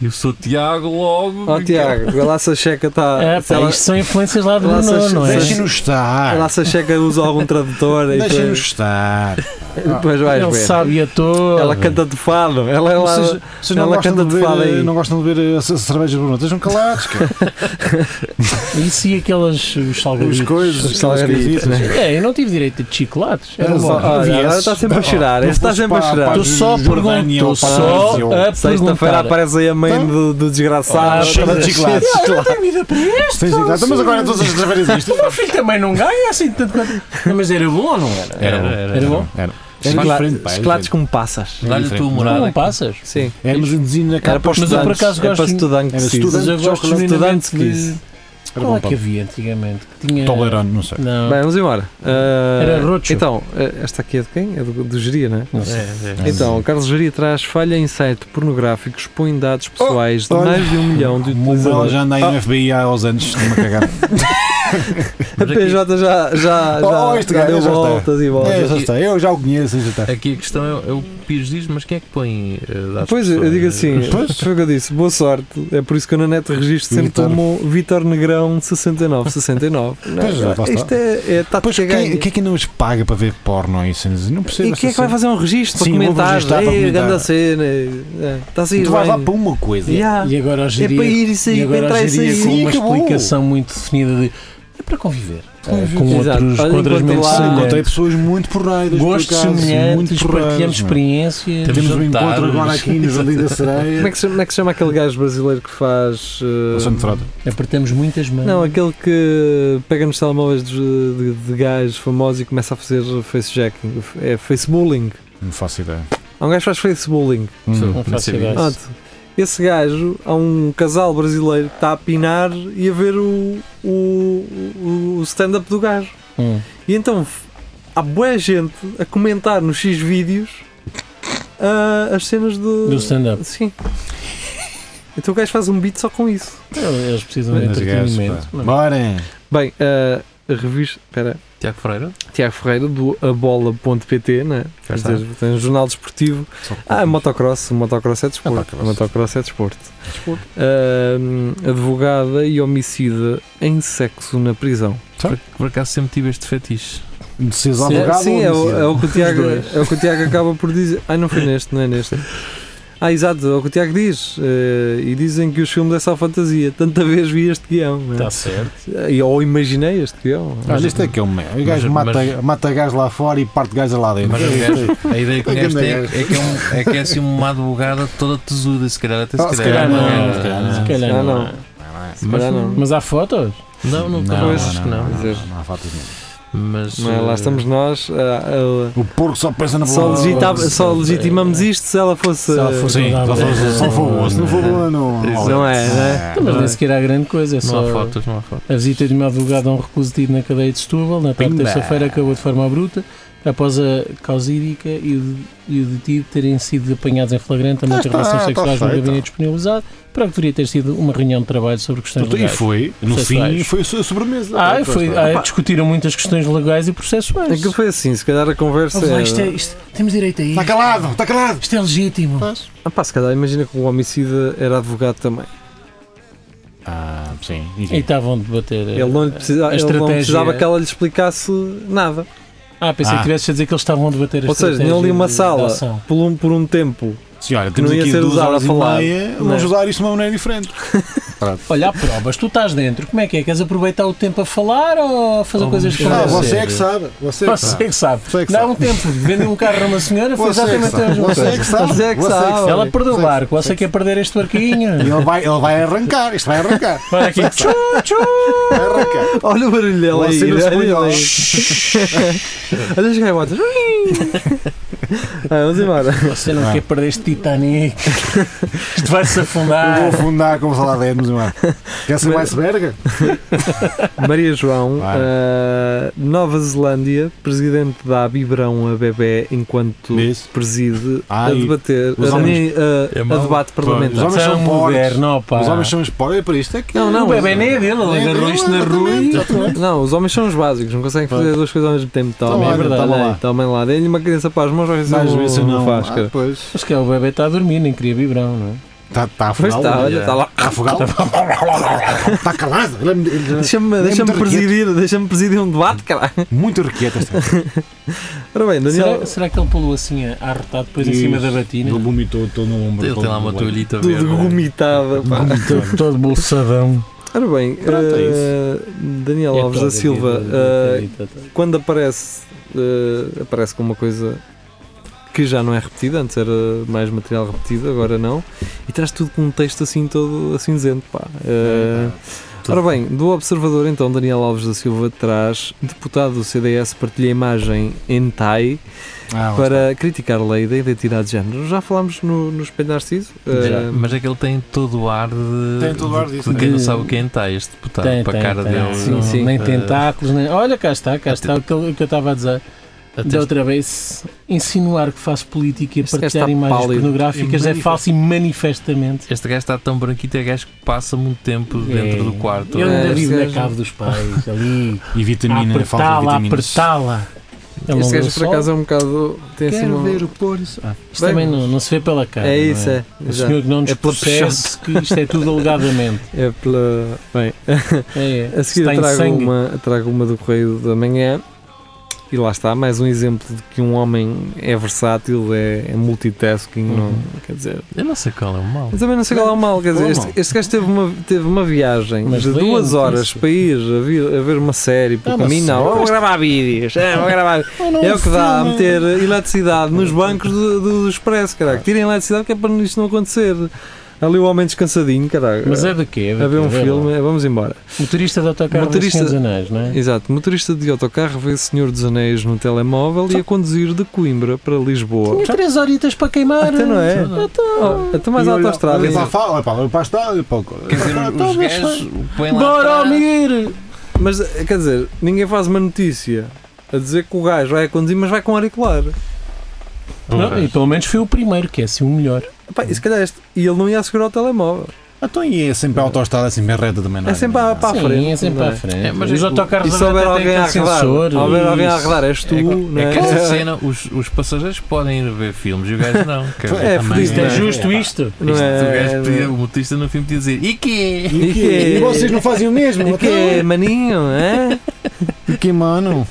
Speaker 5: E o seu Tiago logo.
Speaker 3: Ah, ó Oh, Tiago, a Laça Checa está.
Speaker 2: É,
Speaker 3: se
Speaker 2: pá,
Speaker 3: ela-
Speaker 2: isto são influências lá do
Speaker 3: Lá
Speaker 2: Bruno,
Speaker 3: se-
Speaker 2: não é?
Speaker 3: se-
Speaker 6: Deixem-nos
Speaker 3: a
Speaker 6: estar.
Speaker 3: Laça Checa usa algum tradutor e
Speaker 6: Deixem-nos
Speaker 3: depois,
Speaker 6: estar.
Speaker 3: depois vais
Speaker 2: Ele
Speaker 3: ver.
Speaker 2: sabe a toa.
Speaker 3: Ela canta de fado. Ela é lá.
Speaker 6: Vocês, vocês não,
Speaker 3: ela
Speaker 6: gostam
Speaker 3: canta
Speaker 6: de
Speaker 3: de fada
Speaker 6: ver,
Speaker 3: aí.
Speaker 6: eh, não gostam de ver eh, c- cervejas brunas. Estejam calados, cara.
Speaker 2: Isso e aquelas os salgadinhos.
Speaker 4: As coisas,
Speaker 3: Os
Speaker 4: aquelas
Speaker 3: salgaditos,
Speaker 4: coisitas.
Speaker 3: né?
Speaker 2: É, eu não tive direito de chocolates. Era
Speaker 4: Era
Speaker 2: bom.
Speaker 4: só-
Speaker 3: Olha,
Speaker 4: Viesses.
Speaker 3: agora está sempre a chorar.
Speaker 6: Não
Speaker 3: Esse está
Speaker 6: fosse
Speaker 3: sempre a
Speaker 6: para-
Speaker 3: chorar.
Speaker 2: Tu
Speaker 6: para-
Speaker 2: só
Speaker 6: Jordânia
Speaker 2: perguntou,
Speaker 6: ou para
Speaker 2: só
Speaker 6: Brasil.
Speaker 2: a
Speaker 3: Sexta-feira
Speaker 2: perguntar.
Speaker 3: aparece aí a mãe do, do desgraçado.
Speaker 2: Ah, cheio
Speaker 3: Toda
Speaker 2: de
Speaker 3: cheia de chocolate.
Speaker 6: Tens idade. Então, Mas agora todas as cervejas isto. é
Speaker 2: O meu filho também não ganha assim tanto quanto. Não, Mas era bom ou não era?
Speaker 5: Era, era,
Speaker 2: Era bom?
Speaker 6: Era. É
Speaker 3: Chocolate-
Speaker 6: diferente, pá, é
Speaker 3: chocolates
Speaker 6: diferente.
Speaker 3: como passas.
Speaker 5: Dá-lhe a tua
Speaker 6: Não
Speaker 5: morada.
Speaker 2: Não passas?
Speaker 3: Sim.
Speaker 6: É, mas um desenho na
Speaker 3: Era
Speaker 6: capa.
Speaker 3: para os
Speaker 2: mas eu por
Speaker 3: estudantes.
Speaker 2: acaso
Speaker 3: Era para
Speaker 2: gosto-
Speaker 3: estudante.
Speaker 6: Era
Speaker 3: sim.
Speaker 2: Mas eu
Speaker 6: Estudantes,
Speaker 2: gosto
Speaker 6: genuinamente
Speaker 2: genuinamente de...
Speaker 6: quis. Era
Speaker 2: Qual é
Speaker 6: bom,
Speaker 2: que
Speaker 6: pá.
Speaker 2: havia antigamente? Que tinha...
Speaker 6: Tolerante, não sei.
Speaker 2: Não.
Speaker 3: Bem, vamos embora. Ah,
Speaker 6: eh,
Speaker 2: Era roxo.
Speaker 3: Então, ah, esta aqui é de quem? É do, do Geria, não é?
Speaker 2: Não sei.
Speaker 5: É, é.
Speaker 3: Então, o Carlos Geria traz falha em site pornográfico, expõe dados pessoais de
Speaker 6: olha.
Speaker 3: mais de um milhão de
Speaker 6: Como ela
Speaker 3: utilizadores.
Speaker 6: já anda aí no FBI há uns anos, numa cagada.
Speaker 3: A
Speaker 5: Mas aqui-
Speaker 3: PJ já, já,
Speaker 4: Oh,
Speaker 3: já,
Speaker 4: oh, este
Speaker 3: já
Speaker 4: gajo
Speaker 3: deu
Speaker 4: já está.
Speaker 3: voltas e voltas.
Speaker 4: É, já está. Eu já o conheço, já está.
Speaker 5: Aqui a questão é, é o Pires diz, mas quem é que põe eh, dados
Speaker 3: Pois, eu
Speaker 5: pessoais?
Speaker 3: digo assim,
Speaker 6: Pois.
Speaker 3: foi o que eu disse, boa sorte. É por isso que eu na net registro sempre
Speaker 4: Vitor.
Speaker 3: como Vitor Negrão 69, 69. Não,
Speaker 6: Pois, já
Speaker 3: não,
Speaker 6: lá
Speaker 3: isto
Speaker 6: está.
Speaker 3: é, é tática
Speaker 6: Pois quem,
Speaker 3: ganha.
Speaker 6: quem é que não os paga para ver porno aí? cenas? Não percebo.
Speaker 3: E
Speaker 6: essa
Speaker 3: quem é que vai
Speaker 6: cena.
Speaker 3: fazer um registro
Speaker 6: Sim,
Speaker 3: para
Speaker 6: vou
Speaker 3: comentar?
Speaker 6: registrar para
Speaker 3: Ei,
Speaker 6: comentar.
Speaker 3: grande cena. é, Está a sair
Speaker 6: Tu vais lá
Speaker 3: bem.
Speaker 6: para uma coisa.
Speaker 3: Yeah.
Speaker 2: E agora o
Speaker 3: É
Speaker 2: geria,
Speaker 3: para ir isso
Speaker 2: e
Speaker 3: aí, para
Speaker 2: agora
Speaker 3: entrar
Speaker 2: o
Speaker 3: isso
Speaker 2: geria com
Speaker 3: aí.
Speaker 2: uma
Speaker 4: acabou.
Speaker 2: explicação muito definida de... É para conviver. eh,
Speaker 3: Conviver.
Speaker 2: com
Speaker 3: Exato.
Speaker 2: outros,
Speaker 3: Olha,
Speaker 2: com outras
Speaker 3: enquanto
Speaker 2: mentes
Speaker 3: lá-
Speaker 6: Encontrei
Speaker 2: semelhantes.
Speaker 6: pessoas muito porreiras. por
Speaker 2: Gostos
Speaker 6: acaso, muito é?
Speaker 2: semelhantes,
Speaker 6: porreiras,
Speaker 2: partilhamos
Speaker 6: meu.
Speaker 2: experiências.
Speaker 5: Temos
Speaker 4: Temos um encontro
Speaker 5: jantares.
Speaker 4: agora aqui no Jardim da Sereia.
Speaker 3: Como é, que se, como é que se chama aquele gajo brasileiro que faz. eh,
Speaker 6: Só me frota.
Speaker 2: Apertamos muitas mãos.
Speaker 3: não, aquele que pega nos telemóveis de, de, de gajos famosos e começa a fazer facejacking. É facebullying.
Speaker 6: Não faço ideia. Hum,
Speaker 3: Há um gajo que faz facebullying.
Speaker 5: Sou-
Speaker 2: Não
Speaker 5: não
Speaker 2: faço
Speaker 5: sabia.
Speaker 2: ideia.
Speaker 3: Pronto. Esse gajo, há um casal brasileiro que está a pinar e a ver o, o, o stand-up do gajo.
Speaker 2: Hum.
Speaker 3: E então f- há boa gente a comentar nos X vídeos ah, as cenas do.
Speaker 2: Do stand-up.
Speaker 3: Sim. Então o gajo faz um beat só com isso.
Speaker 2: Não, Eles precisam de
Speaker 6: Mas gajos,
Speaker 2: entretenimento.
Speaker 6: pá. Bora!
Speaker 3: Bem, ah, a revista. Espera.
Speaker 5: Tiago Freire?
Speaker 3: Tiago Ferreira do abola.pt, né? Quer
Speaker 5: está.
Speaker 3: dizer, tem um jornal desportivo.
Speaker 6: Só que-
Speaker 3: Ah, motocross, motocross é desporto.
Speaker 6: motocross.
Speaker 3: motocross é desporto. Ahm, advogada e homicida em sexo na prisão.
Speaker 5: Por, por acaso sempre tive este fetiche.
Speaker 6: De seres
Speaker 2: Sim,
Speaker 6: advogado
Speaker 3: Sim,
Speaker 6: ou
Speaker 3: é o,
Speaker 6: homicida?
Speaker 3: é o que o Tiago,
Speaker 2: dois.
Speaker 3: é o que o Tiago acaba por dizer. Ah, não foi neste, não é neste. Ah, exato, é o que o Tiago diz. Eh, e dizem que os filmes é só fantasia. Tanta vez vi este guião.
Speaker 6: Tá.
Speaker 3: não é?
Speaker 2: Está tá certo.
Speaker 3: E- Ou imaginei este guião.
Speaker 6: Olha, isto é que é o meu. O gajo
Speaker 5: Mas-
Speaker 6: mata, mata gás lá fora e parte gás lá dentro. É
Speaker 5: Mas o gajo- a ideia que
Speaker 4: Ganda
Speaker 5: este é,
Speaker 4: gajo.
Speaker 5: é que é, um, é que é assim uma advogada toda tesuda, se calhar até se
Speaker 6: Ah,
Speaker 5: calhar.
Speaker 6: se
Speaker 2: calhar não,
Speaker 5: não, é.
Speaker 6: se calhar não.
Speaker 2: Se calhar
Speaker 3: Ah,
Speaker 2: não.
Speaker 3: não.
Speaker 2: é.
Speaker 3: Se calhar não.
Speaker 2: Mas há fotos?
Speaker 5: Não, não,
Speaker 6: não,
Speaker 5: não, acho que não.
Speaker 6: não,
Speaker 3: dizer.
Speaker 6: não, não há faltas nenhuma.
Speaker 5: Mas,
Speaker 3: Não é? Lá
Speaker 5: eh,
Speaker 3: estamos nós. ah,
Speaker 6: O porco só pensa na
Speaker 3: ah, só,
Speaker 6: bola.
Speaker 3: legitava- só legitimamos isto se ela fosse.
Speaker 2: é. Se ela fosse-
Speaker 6: Sim, só for- só for boa. Se não for boa,
Speaker 5: Exato.
Speaker 6: não. Então,
Speaker 3: Não é, né?
Speaker 2: Então, Mas
Speaker 5: não é.
Speaker 2: nem sequer há grande coisa. É
Speaker 5: Não
Speaker 2: só
Speaker 5: há fotos, não há fotos.
Speaker 2: a visita de uma advogada a um recluso detido na cadeia de Setúbal, na tarde de
Speaker 6: Pimba.
Speaker 2: terça-feira, acabou de forma bruta, após a causídica e o, e o detido terem sido apanhados em flagrante a manter
Speaker 6: está,
Speaker 2: relações
Speaker 6: Ah, está
Speaker 2: sexuais no
Speaker 6: feito.
Speaker 2: um gabinete disponibilizado, para o que deveria ter sido uma reunião de trabalho sobre questões
Speaker 6: E
Speaker 2: legais.
Speaker 6: foi, no
Speaker 2: Sexuais.
Speaker 6: fim, foi a sua sobremesa.
Speaker 2: Ah,
Speaker 6: Pois,
Speaker 2: foi,
Speaker 6: pá.
Speaker 2: ah, discutiram muitas questões legais e processuais.
Speaker 3: Aquilo foi assim, se calhar a conversa.
Speaker 2: Ouve lá,
Speaker 3: era-
Speaker 2: isto é- isto- temos
Speaker 6: Tá
Speaker 2: direito a
Speaker 4: Está
Speaker 2: isto.
Speaker 4: calado, está calado!
Speaker 2: Isto é legítimo.
Speaker 3: Ah pá, se calhar imagina que o homicida era advogado também.
Speaker 6: Ah, sim. E
Speaker 2: E estavam de bater. eh,
Speaker 3: Ele não, lhe precisa-
Speaker 2: a
Speaker 3: ele não
Speaker 2: estratégia- é-
Speaker 3: precisava que ela lhe explicasse nada.
Speaker 2: Ah, pensei
Speaker 6: Ah.
Speaker 2: que tivesse a dizer que eles estavam a debater a
Speaker 3: Ou seja, tinha
Speaker 2: estratégia
Speaker 3: ali uma
Speaker 2: de- de
Speaker 3: sala
Speaker 2: ação.
Speaker 3: por um, por um tempo.
Speaker 6: Sim, olha,
Speaker 3: Que
Speaker 6: temos
Speaker 3: não ia
Speaker 6: aqui
Speaker 3: ser
Speaker 6: duas
Speaker 3: usado a
Speaker 6: horas
Speaker 3: falar.
Speaker 6: e meia,
Speaker 3: Não é?
Speaker 6: vamos usar isto de uma maneira diferente.
Speaker 2: Olha, há provas, tu estás dentro, como é que é? Queres aproveitar o tempo a falar ou a fazer
Speaker 5: Oh,
Speaker 2: coisas
Speaker 5: não,
Speaker 4: Ah,
Speaker 2: acontecerem?
Speaker 4: você é que sabe. Você é que
Speaker 2: Você
Speaker 4: sabe.
Speaker 2: é que sabe.
Speaker 4: Você é que
Speaker 2: Dá
Speaker 4: sabe.
Speaker 2: um tempo, vendeu um carro a uma senhora, foi
Speaker 4: Você é que
Speaker 2: exatamente a
Speaker 4: sabe.
Speaker 2: mesma
Speaker 4: Você é
Speaker 2: coisa.
Speaker 4: que sabe.
Speaker 3: Você é que
Speaker 4: Você é que
Speaker 3: sabe.
Speaker 4: sabe.
Speaker 2: Ela perdeu o
Speaker 4: Você é que
Speaker 2: barco, você quer perder este
Speaker 4: E
Speaker 2: barquinho.
Speaker 4: ele vai, ele vai arrancar, isto vai arrancar.
Speaker 2: Vai aqui, tchum, tchum.
Speaker 4: Vai arrancar.
Speaker 3: Olha o barulho dela aí.
Speaker 4: Você não
Speaker 3: Olha,
Speaker 4: escolhe
Speaker 3: olha,
Speaker 4: lá.
Speaker 3: aí. olha as gaivotas. Ah, vamos embora.
Speaker 2: Você não
Speaker 6: Ah.
Speaker 2: quer perder este Titanic. Isto vai se
Speaker 4: Eu vou
Speaker 2: afundar.
Speaker 4: afundar com o Salademos, mano. Quer ser
Speaker 3: Mas-
Speaker 4: mais berga?
Speaker 3: Maria João,
Speaker 6: Vai.
Speaker 3: ah, Nova Zelândia, presidente dá biberão a bebê enquanto
Speaker 6: Isso.
Speaker 3: preside a
Speaker 6: Ai,
Speaker 3: debater
Speaker 6: os
Speaker 3: a,
Speaker 6: homens-
Speaker 3: a-
Speaker 5: É
Speaker 3: a
Speaker 5: mau.
Speaker 3: debate
Speaker 6: os
Speaker 3: parlamentar.
Speaker 6: homens são pobres.
Speaker 2: moderno, opa.
Speaker 4: Os homens são esporte, é para isto é que.
Speaker 3: Não, não,
Speaker 2: O bebê nem é dele,
Speaker 4: Nem
Speaker 2: ele
Speaker 4: é
Speaker 2: agarrou
Speaker 4: dele,
Speaker 2: isto na rua e-
Speaker 4: exatamente.
Speaker 3: Não, os homens são os básicos, não conseguem fazer duas coisas ao mesmo tempo.
Speaker 6: Então
Speaker 3: Toma,
Speaker 4: Também
Speaker 3: é
Speaker 4: é
Speaker 3: verdade.
Speaker 4: verdade,
Speaker 3: olha
Speaker 4: lá.
Speaker 3: aí, Tomem lá, deem-lhe uma criança para as mãos, vai ver
Speaker 6: Às vezes
Speaker 3: se não, não
Speaker 6: não.
Speaker 3: faz.
Speaker 4: Ah,
Speaker 3: cara.
Speaker 4: pois.
Speaker 2: Acho que é, o bebê está a dormir, nem queria vibrão, não é?
Speaker 4: Está tá
Speaker 6: Ah,
Speaker 3: Pois
Speaker 4: afogado.
Speaker 3: está, olha, está lá.
Speaker 4: Está afogado. Está calado. Ele é- ele é
Speaker 3: Deixa-me deixa
Speaker 4: muito
Speaker 3: presidir, deixa-me presidir um debate, caralho.
Speaker 4: Muito requieto esta.
Speaker 3: Ora bem, Daniel,
Speaker 2: Será, será que ele pulou assim a a arrotar depois em cima da batina?
Speaker 6: Ele vomitou todo no ombro.
Speaker 5: Ele
Speaker 6: todo
Speaker 5: tem lá uma
Speaker 6: no leito.
Speaker 5: toalhita
Speaker 3: tudo
Speaker 5: verde.
Speaker 3: gomitada. pá.
Speaker 2: Todo, todo bolsadão.
Speaker 3: Ora bem,
Speaker 6: Pronto, é
Speaker 3: eh, Daniel
Speaker 2: É
Speaker 3: Alves da
Speaker 2: todo
Speaker 3: Silva,
Speaker 2: aqui,
Speaker 3: eh,
Speaker 2: todo, todo, todo.
Speaker 3: quando aparece, eh, aparece com uma coisa que já não é repetida, antes era mais material
Speaker 2: É,
Speaker 3: repetido, agora não, e traz tudo com um texto assim todo acinzento, pá. assim Eh, Ora bem, do observador então Daniel Alves da Silva traz deputado do CDS partilha a imagem em Thai
Speaker 6: Ah,
Speaker 3: para criticar a lei da identidade de género. Já falámos no, no Espelho Narciso?
Speaker 5: Já,
Speaker 3: Ah,
Speaker 5: mas é que ele tem todo o ar de.
Speaker 6: Tem todo o ar disso,
Speaker 5: de Quem
Speaker 2: né?
Speaker 5: não sabe quem está este deputado.
Speaker 2: Tem,
Speaker 5: para
Speaker 2: tem,
Speaker 5: a Tá, cara
Speaker 2: tem.
Speaker 5: dele.
Speaker 2: Sim,
Speaker 5: não-
Speaker 2: sim. Nem
Speaker 5: eh,
Speaker 2: tentáculos, nem. Olha, cá está, cá
Speaker 5: até-
Speaker 2: está o que eu o que eu estava a dizer.
Speaker 5: até
Speaker 2: Da outra vez, insinuar que faço política e
Speaker 3: Este gajo
Speaker 2: partilhar
Speaker 3: está
Speaker 2: imagens
Speaker 3: pálido.
Speaker 2: pornográficas
Speaker 5: E
Speaker 2: é falso e manifestamente.
Speaker 5: Este gajo está tão branquito, é gajo que passa muito tempo
Speaker 2: É.
Speaker 5: dentro do quarto. Eh,
Speaker 2: Ele ainda
Speaker 3: É,
Speaker 2: vive
Speaker 3: este
Speaker 2: na
Speaker 3: gajo-
Speaker 2: cave dos pais, ali,
Speaker 6: e
Speaker 2: a
Speaker 5: é
Speaker 6: vitamina, falta de
Speaker 2: apertá-la, a
Speaker 6: vitaminas.
Speaker 2: apertá-la. Ele não
Speaker 3: este
Speaker 2: vê o
Speaker 3: gajo por
Speaker 2: sol.
Speaker 3: acaso é um bocado. Tem assim
Speaker 2: Quero
Speaker 3: um-
Speaker 2: ver o pôr do sol. Ah, Isto
Speaker 3: Bem,
Speaker 2: também
Speaker 3: mas-
Speaker 2: não, não se vê pela cara.
Speaker 3: É
Speaker 2: não
Speaker 3: isso, é.
Speaker 2: O
Speaker 3: já.
Speaker 2: senhor que não nos
Speaker 3: É pela
Speaker 2: processe
Speaker 3: puxada.
Speaker 2: que isto é tudo alegadamente.
Speaker 3: É pela. Bem,
Speaker 2: É, é.
Speaker 3: a seguir
Speaker 2: Está em
Speaker 3: trago
Speaker 2: sangue.
Speaker 3: uma, trago uma do Correio da Manhã. E lá está, mais um exemplo de que um homem é versátil, é, é multitasking,
Speaker 5: Uhum.
Speaker 3: não, quer dizer.
Speaker 5: Eu não sei qual é o mal.
Speaker 6: Ah,
Speaker 3: Eu também não sei qual é o mal, quer dizer,
Speaker 6: Qual é o
Speaker 3: este, este gajo teve uma, teve uma viagem
Speaker 2: Mas
Speaker 3: de
Speaker 2: lê a
Speaker 3: duas
Speaker 2: notícia.
Speaker 3: horas para ir a, vir- a ver uma série
Speaker 2: Ah,
Speaker 3: pelo
Speaker 2: mas
Speaker 3: caminho,
Speaker 2: sim,
Speaker 3: não, vou
Speaker 2: mas-
Speaker 3: gravar vídeos, é, vou gravar. É o que dá a meter eletricidade nos bancos do, do Expresso, caralho. Tirem eletricidade que é para isto não acontecer. Ali o homem descansadinho, caralho.
Speaker 2: Mas é de quê?
Speaker 3: a ver um filme, é, vamos embora.
Speaker 2: Motorista de autocarro
Speaker 3: Motorista-
Speaker 2: Motorista... dos Anéis, não é?
Speaker 3: Exato, motorista de autocarro vê Senhor dos Anéis no telemóvel e a conduzir de Coimbra para Lisboa.
Speaker 2: Tinha três horitas para queimar.
Speaker 3: Até não é? Oh, até mais
Speaker 6: E
Speaker 3: a
Speaker 6: olha-
Speaker 3: autostrada.
Speaker 6: olha para a fa- olha para- olha para a estrada, olha para o co-
Speaker 5: Quer dizer, os gajos põem lá. atrás.
Speaker 2: Boromir!
Speaker 3: Mas quer dizer, ninguém faz uma notícia a dizer que o gajo vai a conduzir, mas vai com auricular.
Speaker 2: Não, e pelo menos foi o primeiro, que é assim o melhor.
Speaker 3: Epá, e se calhar este, e ele não ia segurar o telemóvel.
Speaker 6: Então e é sempre a autostrada, assim, bem reta também, não
Speaker 3: É sempre a- para a
Speaker 2: Sim,
Speaker 3: frente,
Speaker 2: é sempre
Speaker 3: não é?
Speaker 2: à frente.
Speaker 5: É, mas
Speaker 2: Os
Speaker 5: o-
Speaker 2: autocarros
Speaker 3: E se houver
Speaker 2: agora até
Speaker 3: alguém
Speaker 2: têm
Speaker 3: a
Speaker 2: aquele
Speaker 3: arredar,
Speaker 2: sensor.
Speaker 3: houver alguém a
Speaker 2: Isso.
Speaker 3: arredar, és tu,
Speaker 5: É,
Speaker 3: não
Speaker 5: é
Speaker 3: é?
Speaker 5: que esta cena, os, os passageiros podem ir ver filmes e o gajo não. quer dizer,
Speaker 3: É,
Speaker 6: também,
Speaker 3: fodido,
Speaker 2: Isto
Speaker 3: não
Speaker 2: é
Speaker 3: é?
Speaker 2: justo isto?
Speaker 3: Não
Speaker 5: isto, o
Speaker 3: é,
Speaker 5: gajo pedia, o motorista no filme podia dizer E que
Speaker 3: E que é-
Speaker 4: E vocês não fazem o mesmo?
Speaker 3: E que
Speaker 6: então?
Speaker 3: é maninho, é?
Speaker 4: E que, mano?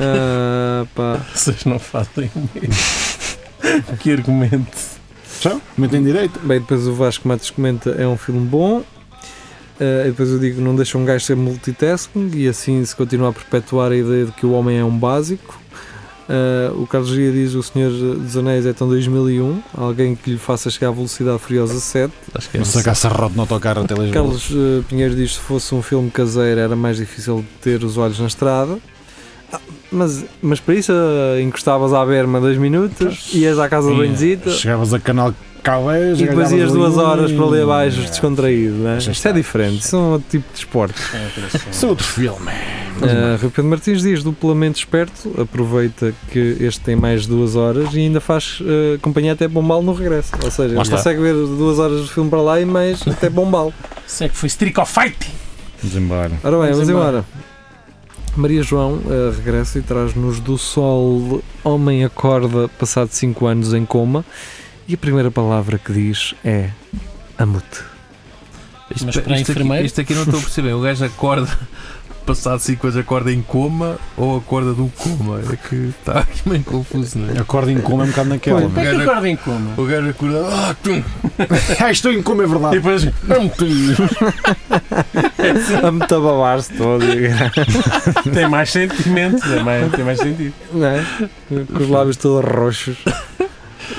Speaker 3: Ah, pá.
Speaker 2: Vocês não fazem o mesmo. que argumento.
Speaker 4: Só? Não tem direito.
Speaker 3: Bem, depois o Vasco Matos comenta: é um filme bom. Ah, e depois eu digo: não deixa um gajo ser multitasking e assim se continua a perpetuar a ideia de que o homem é um básico. Ah, o Carlos Gia diz: o Senhor dos Anéis é tão 2001, alguém que lhe faça chegar à velocidade furiosa 7.
Speaker 5: Acho que é
Speaker 6: Não se acaça rodo no autocarro até
Speaker 4: Uhum.
Speaker 6: Lisboa.
Speaker 3: Carlos eh, Pinheiro diz que se fosse um filme caseiro era mais difícil de ter os olhos na estrada. Ah, Mas, mas para isso eh, encostavas à berma dois minutos, ias à casa de
Speaker 6: Sim,
Speaker 3: banzita
Speaker 4: é.
Speaker 6: Chegavas a canal Caveiras,
Speaker 3: e depois ias duas horas para ler abaixo
Speaker 6: É.
Speaker 3: descontraído. Né?
Speaker 6: Já
Speaker 3: Isto
Speaker 6: está.
Speaker 3: é diferente, isso é um outro tipo de esporte.
Speaker 6: Isso é outro filme.
Speaker 3: Uh, Rui Pedro Martins diz duplamente esperto, aproveita que este tem mais de duas horas e ainda faz eh, companhia até Bombal no regresso. Ou seja,
Speaker 6: Lá
Speaker 3: ele
Speaker 6: está.
Speaker 3: consegue ver duas horas de filme para lá e mais até Bombal.
Speaker 2: Se é que foi Streak of Fight!
Speaker 6: Vamos embora.
Speaker 3: Ora bem, vamos
Speaker 2: Vamos
Speaker 3: embora. Maria João eh, regressa e traz-nos do sol Homem acorda passado 5 anos em coma e a primeira palavra que diz é Amute.
Speaker 5: Isto,
Speaker 2: é. Mas para a
Speaker 5: isto aqui,
Speaker 2: enfermeira?
Speaker 5: isto aqui não estou a perceber. O gajo acorda, passado 5 anos, acorda em coma ou acorda do coma? É que está aqui meio confuso, não é?
Speaker 6: Acordo em coma é um bocado naquela.
Speaker 3: Pois.
Speaker 2: Como é que
Speaker 5: Agora-
Speaker 2: acorda em coma?
Speaker 5: O gajo acorda, ah, tum,
Speaker 4: Ah, estou em como é
Speaker 5: e
Speaker 4: verdade.
Speaker 5: depois, não tum.
Speaker 3: Amute a babar-se todo.
Speaker 2: Tem mais sentimento, tem mais, tem mais sentido.
Speaker 3: Não é? Com os lábios todos roxos.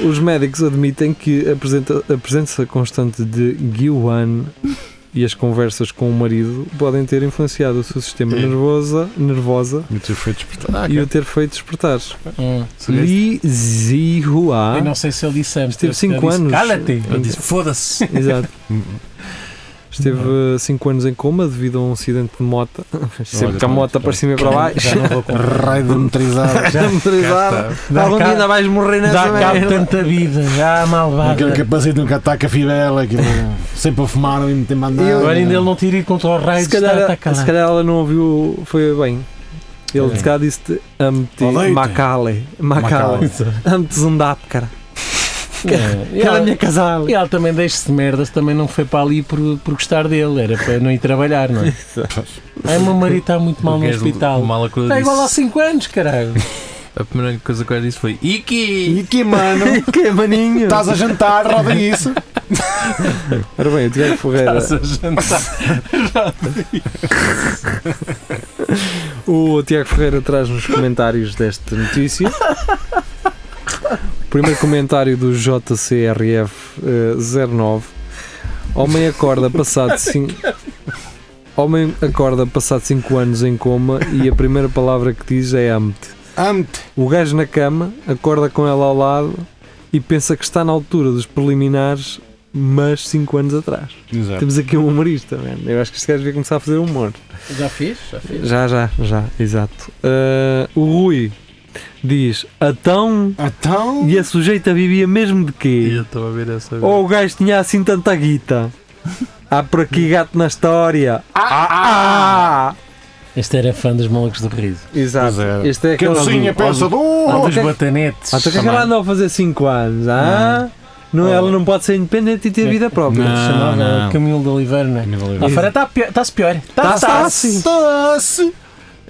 Speaker 3: Os médicos admitem que a, presenta- a presença constante de Guiwan e as conversas com o marido podem ter influenciado o seu sistema
Speaker 2: É.
Speaker 3: nervosa, nervosa
Speaker 6: E tu foi despertar. Ah,
Speaker 3: e
Speaker 6: cara.
Speaker 3: o ter feito despertar.
Speaker 2: Hum.
Speaker 5: Se o gajo-
Speaker 3: Li Zihua.
Speaker 2: Eu não sei se ele disse antes.
Speaker 3: Esteve
Speaker 2: eu- eu
Speaker 3: cinco
Speaker 2: disse,
Speaker 3: anos.
Speaker 2: Cala-te!
Speaker 5: Ele disse, foda-se.
Speaker 3: Exato.
Speaker 2: Uhum.
Speaker 3: Esteve 5 anos em coma devido a um acidente de moto. Sempre
Speaker 6: Olha,
Speaker 3: que
Speaker 2: tá
Speaker 3: a moto
Speaker 6: pronto,
Speaker 3: para cima e para baixo.
Speaker 2: Já não
Speaker 6: Ah,
Speaker 2: vou comprar.
Speaker 6: Raio de motorizado.
Speaker 3: Já motorizado.
Speaker 2: Dá
Speaker 3: Algum dia
Speaker 2: cabo-
Speaker 3: ainda vais morrer
Speaker 2: Dá
Speaker 3: nessa
Speaker 2: cabo
Speaker 3: merda.
Speaker 2: tanta vida, já malvada.
Speaker 6: Aquele capacete
Speaker 4: um
Speaker 6: nunca ataca a fidela. Aquilo, sempre a fumar e não tem mais nada.
Speaker 2: Agora ainda ele não tira ido contra o tá raio
Speaker 3: Se
Speaker 2: de estar
Speaker 3: calhar,
Speaker 2: atacado.
Speaker 3: se calhar ela não ouviu, foi bem. Ele se calhar disse-te Amte
Speaker 6: Odeio-te.
Speaker 3: Macale. Macale.
Speaker 6: Macale.
Speaker 3: Amte Zundap, cara.
Speaker 2: É, e
Speaker 3: Cara,
Speaker 2: ela-
Speaker 3: minha casal.
Speaker 2: E ela também deixa-se de merdas, também não foi para ali por, por gostar dele, era para não ir trabalhar, não é? Ai, o meu marido está muito mal
Speaker 5: O
Speaker 2: no
Speaker 5: gajo
Speaker 2: hospital.
Speaker 5: um mal acorda,
Speaker 2: Está igual há
Speaker 5: disse-
Speaker 2: 5 anos, caralho.
Speaker 5: A primeira coisa que o gajo disse foi, Iki!
Speaker 4: E que, mano?
Speaker 3: Que maninho.
Speaker 4: Estás a jantar, roda isso.
Speaker 3: Ora bem, o Tiago Ferreira.
Speaker 2: Estás a jantar.
Speaker 3: O Tiago Ferreira traz nos comentários desta notícia. Primeiro comentário do eh, JCRF09. Homem acorda passado 5. Homem acorda passado 5 anos em coma e a primeira palavra que diz é amo-te.
Speaker 7: Ante.
Speaker 3: O gajo na cama acorda com ela ao lado e pensa que está na altura dos preliminares, mas 5 anos atrás.
Speaker 4: Exato.
Speaker 3: Temos aqui um humorista, man. Eu acho que este gajo devia começar a fazer humor.
Speaker 2: Já fiz? Já fiz.
Speaker 3: Já, já, já, exato. Ah, o Rui diz: Atão.
Speaker 7: Então.
Speaker 3: E a sujeita vivia mesmo de
Speaker 5: E
Speaker 3: quê?
Speaker 5: eu estava a ver essa.
Speaker 3: Ou o gajo tinha assim tanta guita? Há por aqui gato na história. Ah, ah, ah.
Speaker 2: Este era fã dos malucos do riso.
Speaker 3: Exato.
Speaker 4: Pois é.
Speaker 3: Este é aquele.
Speaker 7: Calcinha
Speaker 2: Ah,
Speaker 4: Oh,
Speaker 7: pensador.
Speaker 2: dos
Speaker 3: ok.
Speaker 2: batanetes.
Speaker 3: Ah, então o que é que ela andou a fazer 5 anos? Ah? Não, ela não pode ser independente e ter vida própria.
Speaker 4: Não,
Speaker 2: Se chamava
Speaker 4: não.
Speaker 2: Camilo de Oliveira, não é?
Speaker 4: Camilo Oliveira.
Speaker 2: Lá fora está pior- está-se pior.
Speaker 3: Tá,
Speaker 2: Está-se
Speaker 3: tá,
Speaker 2: pior.
Speaker 3: sim.
Speaker 7: Doce.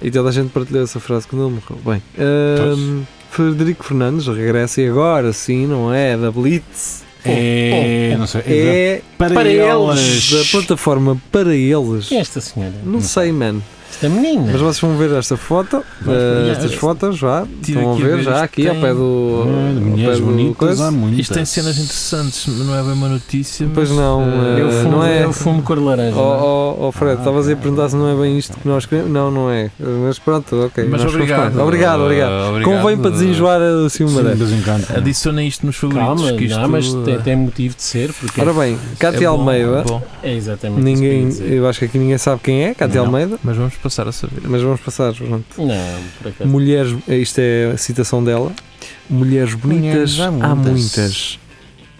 Speaker 3: E toda a gente partilhou essa frase quando ele morreu. Bem, hum, Frederico Fernandes regressa e agora sim, não é? Da Blitz.
Speaker 4: É, não sei. É,
Speaker 3: É
Speaker 4: para,
Speaker 2: para
Speaker 4: eles.
Speaker 3: da plataforma para eles.
Speaker 2: Quem é esta senhora?
Speaker 3: Não sei, man.
Speaker 2: Esta É menina.
Speaker 3: Mas vocês vão ver esta foto, eh,
Speaker 5: ver.
Speaker 3: estas fotos já.
Speaker 5: Tive
Speaker 3: Estão a
Speaker 5: aqui a
Speaker 3: ver
Speaker 5: ver,
Speaker 3: já
Speaker 5: isto
Speaker 3: aqui ao
Speaker 5: tem-
Speaker 3: pé do.
Speaker 4: Ah, de
Speaker 3: ao pé
Speaker 4: mulheres
Speaker 3: do
Speaker 4: bonitas há
Speaker 3: coisa.
Speaker 4: muitas.
Speaker 5: Isto tem cenas interessantes, mas não é bem uma notícia. Mas,
Speaker 3: Pois não,
Speaker 5: eh,
Speaker 2: eu
Speaker 3: eh,
Speaker 2: fumo,
Speaker 3: não é-
Speaker 2: eu fumo cor de laranja. é?
Speaker 3: Oh, oh, oh, Fred, estavas aí a perguntar se não é bem isto que nós queremos. Não, não é. Mas pronto, ok.
Speaker 5: mas
Speaker 3: nós fomos
Speaker 5: obrigado.
Speaker 3: bem. Obrigado, obrigado.
Speaker 5: eh,
Speaker 3: Convém para desenjoar assim uma
Speaker 4: Sim,
Speaker 3: dessas.
Speaker 4: desencanto.
Speaker 5: Adiciona isto nos favoritos.
Speaker 2: Calma,
Speaker 5: que isto,
Speaker 2: não, mas
Speaker 5: eh,
Speaker 2: tem, tem motivo de ser, porque
Speaker 3: Ora bem, Cátia
Speaker 5: bom,
Speaker 3: Almeida.
Speaker 5: bom.
Speaker 2: é exatamente
Speaker 3: Ninguém,
Speaker 2: isso que eu ia dizer.
Speaker 3: eu acho que aqui ninguém sabe quem é, Cátia
Speaker 5: Não.
Speaker 3: Almeida,
Speaker 5: Mas vamos passar a saber.
Speaker 3: mas vamos passar. Pronto.
Speaker 2: Não, por
Speaker 4: Tá.
Speaker 2: acaso.
Speaker 3: Mulheres, isto é a citação dela. Mulheres bonitas
Speaker 4: Mulheres há
Speaker 3: há
Speaker 4: muitas.
Speaker 3: muitas.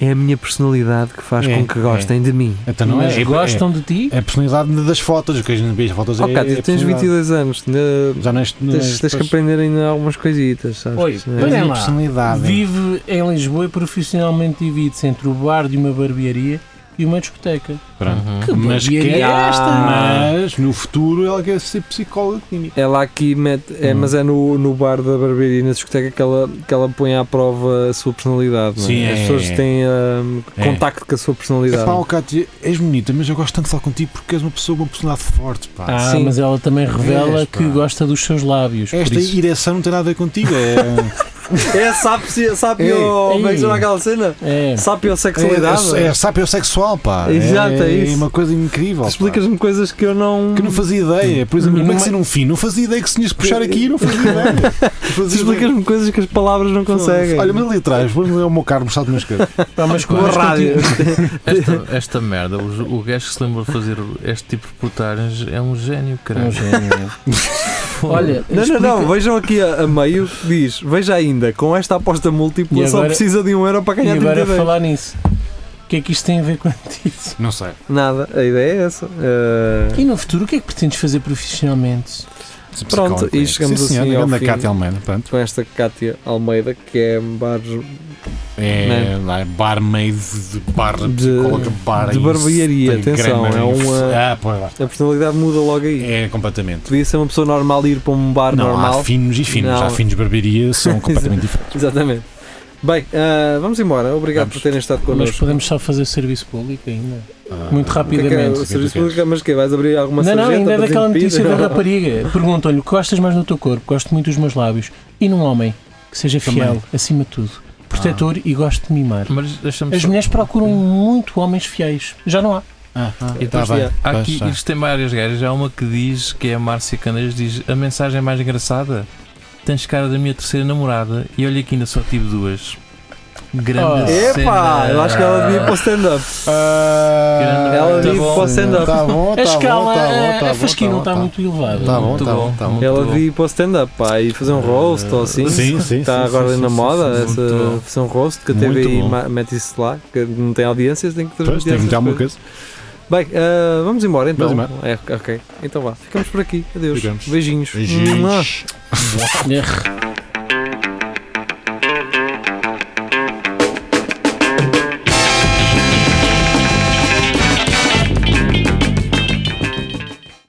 Speaker 3: É a minha personalidade que faz
Speaker 4: É,
Speaker 3: com que
Speaker 4: é.
Speaker 3: gostem de mim.
Speaker 4: Então não
Speaker 2: Mas
Speaker 4: é, é,
Speaker 2: gostam de ti?
Speaker 4: é, é a personalidade das fotos. O que a gente vê as fotos é.
Speaker 3: Oh, Cátia,
Speaker 4: é
Speaker 3: tens
Speaker 4: personalidade. é
Speaker 3: 22 anos, ainda-
Speaker 4: Já neste.
Speaker 3: tens, tens que aprender ainda algumas coisitas, sabes?
Speaker 2: Oi,
Speaker 3: Isto não é-
Speaker 2: Olhem
Speaker 4: Olha
Speaker 2: lá.
Speaker 4: personalidade.
Speaker 2: Vive em Lisboa e profissionalmente divide-se entre o bar de uma barbearia e uma discoteca.
Speaker 4: Pronto.
Speaker 2: Que
Speaker 4: Mas
Speaker 2: barbearia
Speaker 4: quer-
Speaker 2: é esta?
Speaker 4: Mas no futuro ela quer ser psicóloga clínica.
Speaker 3: Ela aqui mete, é,
Speaker 4: Hum.
Speaker 3: mas é no, no bar da barbearia e na discoteca que ela, que ela põe à prova a sua personalidade. não é?
Speaker 4: Sim,
Speaker 3: As
Speaker 4: é,
Speaker 3: pessoas
Speaker 4: é.
Speaker 3: têm hum,
Speaker 4: É.
Speaker 3: contacto com a sua
Speaker 4: É
Speaker 3: personalidade.
Speaker 4: pá, oh, Cátia, és bonita, mas eu gosto tanto de falar contigo porque és uma pessoa com uma personalidade forte. Pá.
Speaker 2: Ah,
Speaker 3: Sim.
Speaker 2: mas ela também revela
Speaker 4: Vês, pá.
Speaker 2: que gosta dos seus lábios. por
Speaker 4: Esta
Speaker 2: isso-
Speaker 4: ereção não tem nada a ver contigo. É,
Speaker 3: É sápio,
Speaker 4: Ei,
Speaker 3: sápio, como é que
Speaker 2: ei.
Speaker 3: se chama aquela cena?
Speaker 2: É,
Speaker 3: Sápio sexualidade.
Speaker 4: é, é, é sapiosexual, pá.
Speaker 3: Exato, é isso.
Speaker 4: uma coisa incrível. pá.
Speaker 3: Explicas-me coisas que eu não.
Speaker 4: Que não fazia ideia. Por exemplo,
Speaker 2: E
Speaker 4: como é
Speaker 2: numa-
Speaker 4: que ser um fim? Não fazia ideia que se tinhas de puxar aqui, não fazia ideia. Não
Speaker 3: Tu
Speaker 4: fazia ideia.
Speaker 3: Explicas-me coisas que as palavras não conseguem.
Speaker 4: Olha, mas ali atrás, vamos ler o meu carro mostrado nas coisas.
Speaker 2: pá, mas com
Speaker 5: Com
Speaker 2: mas
Speaker 3: rádio.
Speaker 2: contigo-
Speaker 5: Esta, esta merda, o, o gajo que se lembra de fazer este tipo de reportagens é um gênio,
Speaker 2: É um
Speaker 5: caralho.
Speaker 2: gênio. Olha,
Speaker 3: Não, não,
Speaker 2: explica-
Speaker 3: não, vejam aqui a, a meio que diz: Veja ainda, com esta aposta múltipla
Speaker 2: E
Speaker 3: só
Speaker 2: agora-
Speaker 3: precisa de um euro para
Speaker 2: E
Speaker 3: ganhar
Speaker 2: agora a
Speaker 3: 32.
Speaker 2: falar nisso. O que é que isto tem a ver com isso?
Speaker 4: Não sei.
Speaker 3: Nada, a ideia é essa. Ah,
Speaker 2: E no futuro, o que é que pretendes fazer profissionalmente?
Speaker 4: é
Speaker 3: Pronto, e chegamos
Speaker 4: Sim,
Speaker 3: assim
Speaker 4: senhora,
Speaker 3: ao
Speaker 4: grande
Speaker 3: fim.
Speaker 4: Cátia Almeida, pronto.
Speaker 3: com esta Cátia Almeida, que é bar de
Speaker 4: É, lá é barmaid de bar,
Speaker 3: Né? De-
Speaker 4: psicóloga, bar.
Speaker 3: barbearia. Atenção,
Speaker 4: Instagrammer,
Speaker 3: é uma.
Speaker 4: Ah, pois lá.
Speaker 3: A personalidade muda logo aí.
Speaker 4: É completamente.
Speaker 3: Podia ser uma pessoa normal ir para um bar
Speaker 4: Não,
Speaker 3: normal.
Speaker 4: há finos e finos.
Speaker 3: Não.
Speaker 4: Há finos de barbearia, são completamente diferentes.
Speaker 3: Exatamente. Bem, ah, vamos embora. Obrigado
Speaker 4: Vamos.
Speaker 3: por terem estado
Speaker 2: Mas
Speaker 3: connosco.
Speaker 2: podemos só fazer serviço público ainda?
Speaker 4: Ah,
Speaker 2: Muito
Speaker 3: O que é que é o
Speaker 2: rapidamente.
Speaker 3: serviço
Speaker 4: O que é que é?
Speaker 3: público? Mas que vais abrir alguma
Speaker 2: não, não,
Speaker 3: sarjeta
Speaker 2: ainda é
Speaker 3: para
Speaker 2: daquela
Speaker 3: te impedir?
Speaker 2: notícia da rapariga. Perguntam-lhe o que gostas mais no teu corpo? Gosto muito dos meus lábios. E num homem que seja fiel, acima de tudo, protetor
Speaker 4: Ah.
Speaker 2: e gosto de mimar.
Speaker 5: Mas deixa-me
Speaker 2: As
Speaker 5: só-
Speaker 2: mulheres procuram muito homens fiéis. Já não há.
Speaker 4: Ah, ah,
Speaker 5: E
Speaker 4: tá
Speaker 5: depois
Speaker 4: bem.
Speaker 5: Há
Speaker 4: Pois,
Speaker 5: aqui,
Speaker 4: tá.
Speaker 5: isto tem várias gajas. Há uma que diz, que é a Márcia Candelas, diz a mensagem é mais engraçada: tens cara da minha terceira namorada e olha que ainda só tive duas. Grande
Speaker 2: Oh.
Speaker 5: cena.
Speaker 3: Epá, eu acho que ela devia ir para o stand-up.
Speaker 4: Ah,
Speaker 3: Ela
Speaker 5: Tá
Speaker 3: vive
Speaker 5: bom.
Speaker 3: para o stand-up.
Speaker 4: Tá bom,
Speaker 2: a
Speaker 4: tá
Speaker 2: escala,
Speaker 4: bom, tá bom,
Speaker 2: a-
Speaker 4: tá
Speaker 2: a
Speaker 4: bom,
Speaker 2: fasquia
Speaker 4: tá
Speaker 2: não
Speaker 4: bom,
Speaker 2: está
Speaker 4: tá
Speaker 2: muito elevada.
Speaker 4: Tá bom,
Speaker 5: Muito
Speaker 4: tá bom,
Speaker 5: bom.
Speaker 4: tá bom. Ah,
Speaker 3: Ela
Speaker 5: bom.
Speaker 3: devia ir para o stand-up pá, e fazer um roast ou assim.
Speaker 4: Sim, sim,
Speaker 3: Está
Speaker 4: sim,
Speaker 3: agora
Speaker 4: sim, sim,
Speaker 3: na
Speaker 4: sim,
Speaker 3: moda
Speaker 4: sim,
Speaker 3: essa
Speaker 5: muito bom.
Speaker 3: versão roast que a
Speaker 4: Muito
Speaker 3: TVI
Speaker 4: bom.
Speaker 3: ma- mete isso lá, que não tem audiências, tem que
Speaker 4: Pois,
Speaker 3: transmitir.
Speaker 4: tem que
Speaker 3: essas
Speaker 4: meter alguma
Speaker 3: coisas. Bem,
Speaker 4: coisa.
Speaker 3: ah, vamos embora então.
Speaker 4: Vamos
Speaker 3: É, ok, então vá, ficamos por aqui. Adeus.
Speaker 4: Ficamos.
Speaker 3: Beijinhos. Mua.
Speaker 4: Beijinhos.
Speaker 2: Erro.